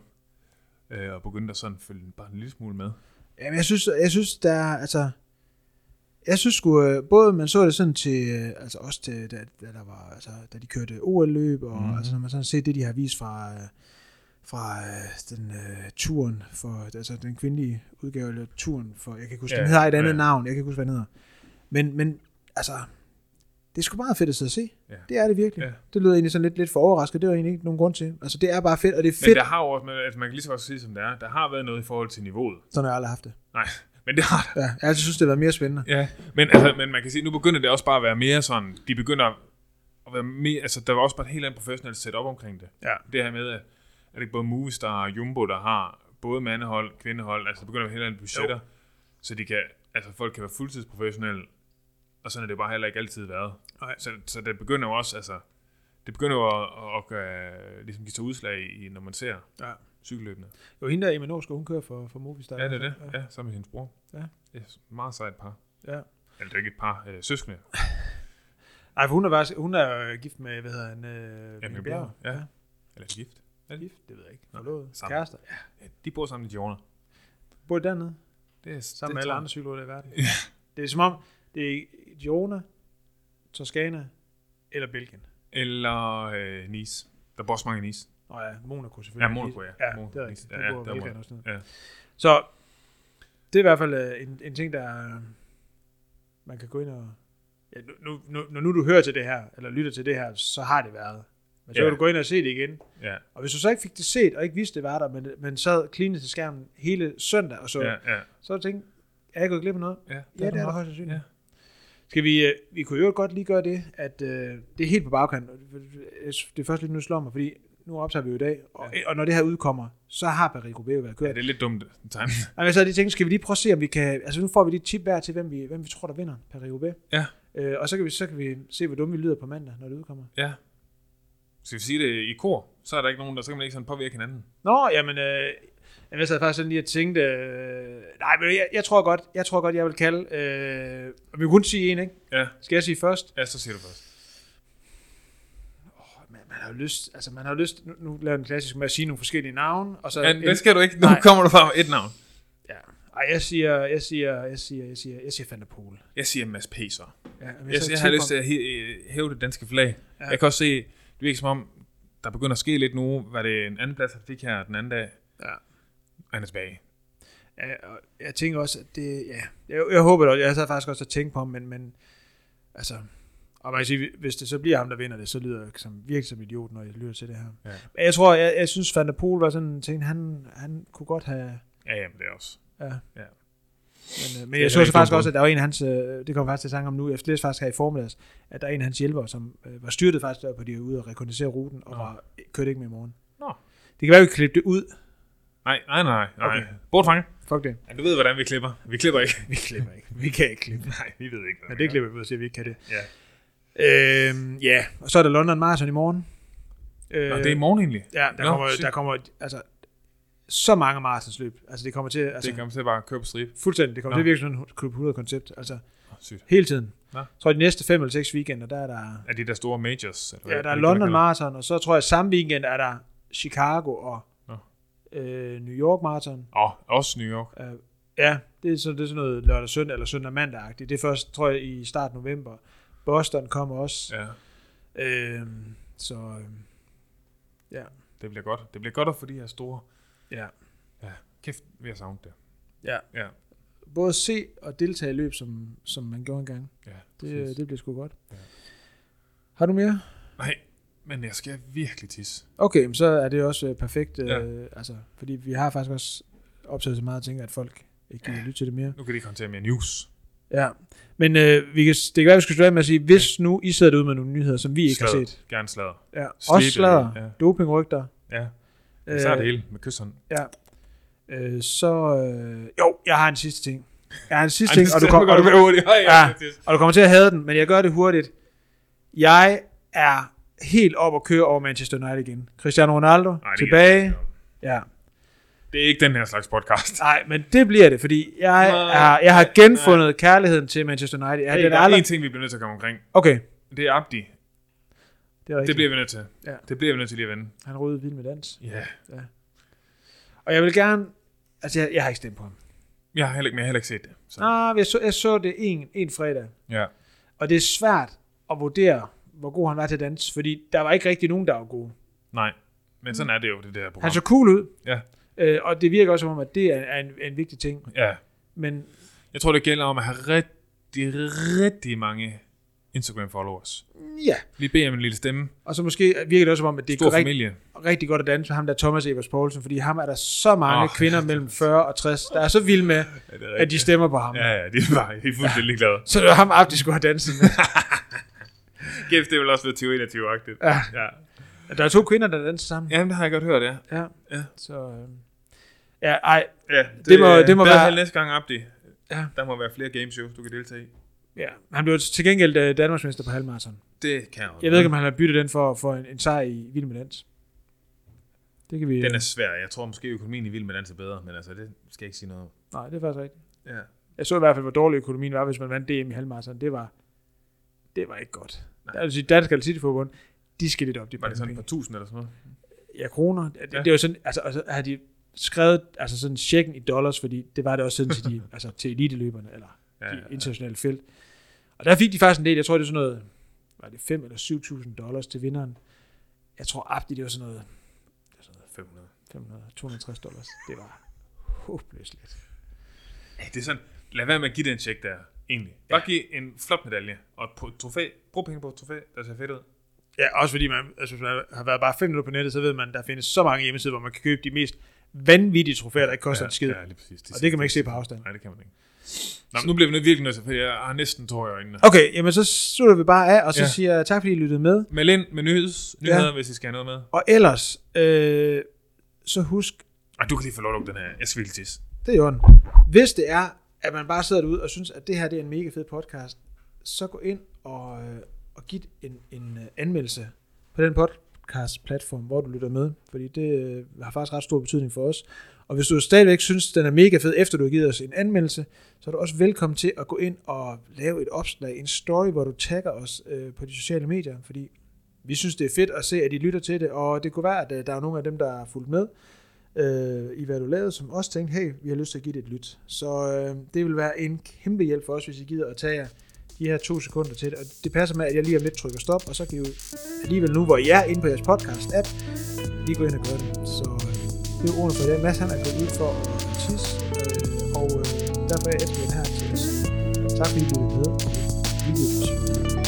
A: Øh, og begyndte at sådan følge bare en lille smule med.
B: Jamen, jeg synes, jeg synes, der er, altså... Jeg synes sgu, øh, både man så det sådan til, øh, altså også til, da, da der var, altså, da de kørte OL-løb, og mm.
A: Mhm.
B: altså når man sådan ser det, de har vist fra, øh, fra øh, den øh, turen for, altså den kvindelige udgave, eller turen for, jeg kan ikke huske, ja,
A: Ja,
B: den hedder et andet
A: ja.
B: navn, jeg kan ikke huske, hvad den hedder. Men, men, altså, det er sgu meget fedt at sidde og se.
A: Ja.
B: Det er det virkelig.
A: Ja.
B: Det lyder egentlig sådan lidt, lidt for overrasket, det er der egentlig ikke nogen grund til. Altså, det er bare fedt, og det er
A: Men
B: fedt,
A: der har jo også, men, altså, man kan lige så godt sige, som det er, der har været noget i forhold til niveauet.
B: sådan har jeg aldrig haft det.
A: Nej, <laughs> men det har der.
B: Ja, jeg har altid synes, det har været mere spændende.
A: Ja, men, altså, men man kan sige, nu begynder det også bare at være mere sådan, de begynder at være mere, altså, der var også bare et helt andet professionelt setup omkring det.
B: Ja.
A: Det her med, at, at det er både Movistar og Jumbo, der har både mandehold, kvindehold, altså der begynder at være helt andet budgetter, jo. så de kan, altså folk kan være fuldtidsprofessionelle, og sådan er det bare heller ikke altid været.
B: Nej.
A: Så, så det begynder jo også, altså, det begynder jo at, at, at gøre, ligesom give sig udslag i, når man ser
B: Ja.
A: cykelløbene.
B: Jo, hende der, Emma Norskov, hun kører for, for Movistar.
A: Ja, det er det.
B: Ja.
A: Ja, sammen med hendes bror.
B: Ja.
A: Det er et meget sejt par.
B: ja.
A: Eller det er ikke et par øh, søskende.
B: Ej, for hun er, faktisk, hun er øh, gift med, hvad hedder han? Øh, Mikkel Bjerg.
A: Ja. ja. Eller gift. Er de gift?
B: Gift, det ved jeg ikke.
A: Nå,
B: Forlovet.
A: sammen.
B: Kærester. Ja.
A: Ja, de bor sammen i Diona.
B: Bor I dernede?
A: Det er
B: Sammen med
A: det
B: alle
A: tror
B: andre cykler i verden.
A: Ja.
B: Det er som om, det er Girona, Toscana eller Belgien.
A: jeg. Eller øh, Nice. Der bor også mange i Nice.
B: Nå ja, Monaco selvfølgelig.
A: Ja, Monaco, ja.
B: Ja,
A: Monaco,
B: det er rigtigt.
A: Ja,
B: Der
A: ja,
B: bor
A: der er
B: Belgien
A: Monaco.
B: og sådan noget.
A: Ja.
B: Så det er i hvert fald øh, en, en ting, der øh, man kan gå ind og... Ja, nu, nu, nu, når nu du hører til det her, eller lytter til det her, så har det været. Men så
A: Ja.
B: kan du gå ind og se det igen.
A: Ja,
B: Og hvis du så ikke fik det set, og ikke vidste, det var der, men, men sad klinet til skærmen hele søndag, og så, ja.
A: ja, ja.
B: så tænkte er jeg gået glip af noget?
A: Ja,
B: Ja, det er der
A: nok.
B: højst sandsynligt.
A: Ja.
B: Skal vi, øh, vi kunne jo godt lige gøre det, at øh, det er helt på bagkanten. Det er først lige nu det slår mig, fordi nu optager vi jo i dag, og, ja. og når det her udkommer, så har Paris-Roubaix været kørt.
A: ja, det er lidt dumt time.
B: Ej, men så havde de tænkt, skal vi lige prøve at se, om vi kan... Altså nu får vi lige et tip hver til, hvem vi, hvem vi tror, der vinder Paris-Roubaix.
A: Ja.
B: Øh, og så kan, vi, så kan vi se, hvor dumme vi lyder på mandag, når det udkommer.
A: ja. Skal vi sige det i kor? Så er der ikke nogen, der så kan man ikke sådan påvirke hinanden.
B: Nå, jamen... Øh, jeg sad faktisk sådan lige og tænkte... Øh, nej, men jeg, jeg, tror godt, jeg tror godt, jeg vil kalde... Øh, og vi kunne kun sige en, ikke?
A: Ja.
B: Skal jeg sige først?
A: Ja, så siger du først.
B: Man, man har jo lyst... Altså, man har jo lyst... Nu, nu laver jeg den klassisk med at sige nogle forskellige navne, og så...
A: Ja,
B: en-
A: det skal du ikke. Nu
B: Nej.
A: kommer du bare med et navn.
B: ja. Ej, jeg siger... Jeg siger... Jeg siger... Jeg siger... Jeg siger Van der Poel.
A: Jeg siger Mads P. så.
B: Ja, men
A: Jeg,
B: sad
A: jeg
B: og
A: har
B: tænkte
A: lyst til at hæ- øh, hæve det danske flag. Ja. Jeg kan også se, det virker som om, der begynder at ske lidt nu. Var det en anden plads, han fik her den anden dag?
B: Ja.
A: Han er tilbage.
B: Ja, og jeg tænker også, at det, ja, jeg, jeg håber det, også. jeg sad faktisk også og tænkte på ham, men, men altså, og man kan sige, hvis det så bliver ham, der vinder det, så lyder jeg som, virkelig som idiot, når jeg lytter til det her.
A: Ja.
B: Men jeg tror, jeg, jeg synes, Van der Poel var sådan en ting, han, han kunne godt have,
A: Ja, jamen, det er også.
B: ja.
A: Ja.
B: Men, øh,
A: Det
B: men
A: er
B: jeg så også
A: rigtig
B: faktisk
A: god.
B: også, at der var en af hans, øh, det kommer faktisk til sang om nu, jeg læste faktisk her i formiddags, at der er en af hans hjælpere, som øh, var styrtet faktisk der på de var ude og rekognosere ruten, og
A: Nå.
B: var, kørte ikke med i morgen.
A: Nå.
B: Det kan være, vi kan klippe det ud.
A: Nej, nej, nej. nej.
B: Okay.
A: Okay. Bortfange.
B: Fuck det.
A: Ja, du ved, hvordan vi klipper. Vi klipper ikke.
B: Vi klipper ikke. Vi kan ikke klippe.
A: <laughs> nej, vi ved ikke. hvad
B: Men
A: vi
B: det
A: gør.
B: klipper vi ud og siger, at vi ikke kan det.
A: Ja.
B: Øhm, ja, og så er der London Marathon i morgen. Øh,
A: Nå, det er i morgen egentlig.
B: Ja, der,
A: Nå,
B: kommer,
A: sygt.
B: der kommer altså, så mange maratonsløb. Altså, det kommer til, altså,
A: Det kommer til at bare køre på stribe.
B: fuldstændig, det kommer
A: Nå.
B: til at virke sådan et klub 100-koncept. Altså,
A: Oh, sygt.
B: hele tiden.
A: Nå.
B: Jeg tror, de næste fem eller seks weekender, der er der,
A: Er det der store majors? Eller hvad?
B: ja, der er
A: det,
B: London
A: kalder?
B: Marathon, og så tror jeg, samme weekend er der Chicago og
A: Nå.
B: øh, New York Marathon.
A: Åh, oh, også New York.
B: Øh, ja, det er, så, det er sådan noget lørdag, søndag eller søndag mandag Det er først, tror jeg, i start november. Boston kommer også.
A: Ja,
B: Ja. Øh, så øh,
A: det bliver godt. Det bliver godt at få de her store...
B: ja.
A: Kæft, vi har savnet det.
B: Ja.
A: Ja.
B: Både se og deltage i løb, som, som man gjorde engang.
A: Ja,
B: Det, øh,
A: præcis.
B: det bliver sgu godt. Ja.
A: Ja.
B: Har du mere?
A: Nej, men jeg skal virkelig tisse.
B: Okay, men så er det også øh, perfekt.
A: Ja.
B: Øh, altså, fordi vi har faktisk også optaget så meget, at tænker, at folk ikke gider lytte til det mere.
A: Nu kan de ikke håndtere mere news.
B: Ja. Men øh, vi kan, det kan være, at vi skal slutte af med at sige, hvis nu I sidder derude med nogle nyheder, som vi ikke har
A: Sladder.
B: set.
A: Gerne slader.
B: Ja.
A: Slip
B: Også
A: af
B: slader,
A: det,
B: ja.
A: ja.
B: dopingrygter.
A: Ja, øh, så er det hele med kysshånd.
B: Øh, så, øh, jo, jeg har en sidste ting. Jeg har en sidste
A: Ej, <laughs>
B: ting,
A: det
B: og du,
A: skal
B: kom, og,
A: godt
B: du,
A: være hurtigt. Ej,
B: Ja.
A: jeg skal tisse.
B: og du kommer til at have den, men jeg gør det hurtigt. Jeg er helt op og køre over Manchester United igen. Cristiano Ronaldo
A: Nej, det kan jeg
B: tilbage.
A: ikke om.
B: Ja.
A: Det er ikke den her slags podcast.
B: Nej, men det bliver det, fordi jeg,
A: Nej,
B: er, jeg har genfundet kærligheden til Manchester United. Ja,
A: Hey,
B: den
A: der
B: er
A: er
B: aldrig...
A: en ting, vi bliver nødt til at komme omkring.
B: Okay,
A: Det er Abdi.
B: det er rigtigt.
A: Det bliver vi nødt til.
B: Ja.
A: Det bliver vi nødt til lige at vende.
B: Han rød vild med dans.
A: Ja.
B: Og jeg vil gerne... Altså, jeg, jeg har ikke stemt på ham.
A: Jeg har heller ikke, men jeg har heller ikke set det. Så.
B: Nej, jeg så, jeg så det en, en fredag.
A: Ja.
B: Og det er svært at vurdere, hvor god han var til at danse, fordi der var ikke rigtig nogen, der var gode.
A: Nej. Men sådan er det jo, det der program.
B: Han så cool ud,
A: Ja.
B: øh, og det virker også som om, at det er, er, en, er en vigtig ting.
A: Ja.
B: Men
A: Jeg tror, det gælder om at have rigtig, rigtig mange Instagram-followers.
B: ja,
A: Vi beder om en lille stemme.
B: og så måske virker det også som om, at det er
A: Stor
B: korrekt,
A: familie.
B: rigtig godt at danse med ham der Thomas Evers Poulsen, fordi ham er der så mange
A: Åh,
B: oh, kvinder mellem 40 og 60, der er så vilde med,
A: Ja, det er
B: at de stemmer på ham.
A: Ja, ja, de er bare helt fuldstændig ligeglade. <laughs>
B: Så det var ham, Abdi skulle have danset med.
A: Gæft, det er vel også noget 2021-agtigt.
B: Ja.
A: Ja.
B: Der er to kvinder, der danser sammen.
A: Jamen, det har jeg godt hørt, ja.
B: Ja.
A: Ja.
B: Så, øh. ja, ej.
A: Ja,
B: Det må- det må
A: bedre
B: være-
A: held næste gang, Abdi.
B: Ja.
A: Der må være flere gameshows, du kan deltage i.
B: Ja. Han blev til gengæld øh, Danmarksmester på halvmarathon.
A: Det kan
B: Jeg ved ikke, om han har byttet den for, for en, en sejr i Vild med Dans. Det kan vi...
A: Den er svær. Jeg tror måske, økonomien i Vild med Dans er bedre, men altså, det skal jeg ikke sige noget om.
B: Nej, det er faktisk rigtigt.
A: Ja.
B: Jeg så i hvert fald, hvor dårlig økonomien var, hvis man vandt DM i halvmarathon. Det var, det var ikke godt.
A: Nej.
B: Der vil sige, Dansk Atletikforbund, de skal lidt op. De
A: Var det sådan et
B: penge.
A: par tusind eller sådan noget?
B: Ja, kroner. Ja, Det,
A: Ja.
B: ja. det var sådan, altså, altså har de skrevet altså sådan checken i dollars, fordi det var det også siden til,
A: <laughs>
B: de, altså, til eliteløberne, eller
A: Ja,
B: ja,
A: ja,
B: de
A: ja.
B: internationale felt. Og der fik de faktisk en del, jeg tror, det er sådan noget, var det 5 eller 7.000 dollars til vinderen. Jeg tror, Abdi, det var sådan noget
A: 500.
B: 500, 260 dollars. Det var håbløst lidt.
A: Ja, det er sådan, lad være med at give den check der, egentlig. Bare give en flot medalje og et po- trofæ. Brug penge på et trofæ, der ser fedt ud.
B: Ja, også fordi man, altså, hvis man har været bare 5 minutter på nettet, så ved man, der findes så mange hjemmesider, hvor man kan købe de mest vanvittige trofæer, der ikke koster ja, en skid. Ja,
A: Ja, lige præcis.
B: og det kan man ikke se på afstand.
A: Nej, det kan man ikke. Nå, men nu bliver vi nødt virkelig nødt til, fordi jeg har næsten tårer i øjnene.
B: Okay, jamen så slutter vi bare af, og så
A: Ja.
B: ja. siger jeg tak, fordi I lyttede med.
A: Meld ind med nyheds, nyheder, ja. hvis I skal have noget med.
B: Og ellers, øh, så husk,
A: Og du kan lige få lov at lukke den her. Jeg skal virkelig tisse.
B: det er jorden. Hvis det er, at man bare sidder derude og synes, at det her det er en mega fed podcast, så gå ind og, øh, og giv en, en øh, anmeldelse på den podcast-platform, hvor du lytter med, fordi det øh, har faktisk ret stor betydning for os. Og hvis du stadigvæk synes, den er mega fed, efter du har givet os en anmeldelse, så er du også velkommen til at gå ind og lave et opslag, en story, hvor du tagger os øh, på de sociale medier, fordi vi synes, det er fedt at se, at I lytter til det, og det kunne være, at øh, der er nogle af dem, der er fulgt med øh, i hvad du lavede, som også tænkte, hey, vi har lyst til at give det et lyt. Så øh, det vil være en kæmpe hjælp for os, hvis I gider at tage jer de her to sekunder til det. Og det passer med, at jeg lige om lidt trykker stop, og så kan I jo alligevel nu, hvor I er inde på jeres podcast-app, lige gå ind og gøre det. Så øh, det er ordene for i dag. Mads han er gået ud for at tisse, øh, og øh, derfor er Esben her til at sige tak fordi du lyttede med. Vi lyttes.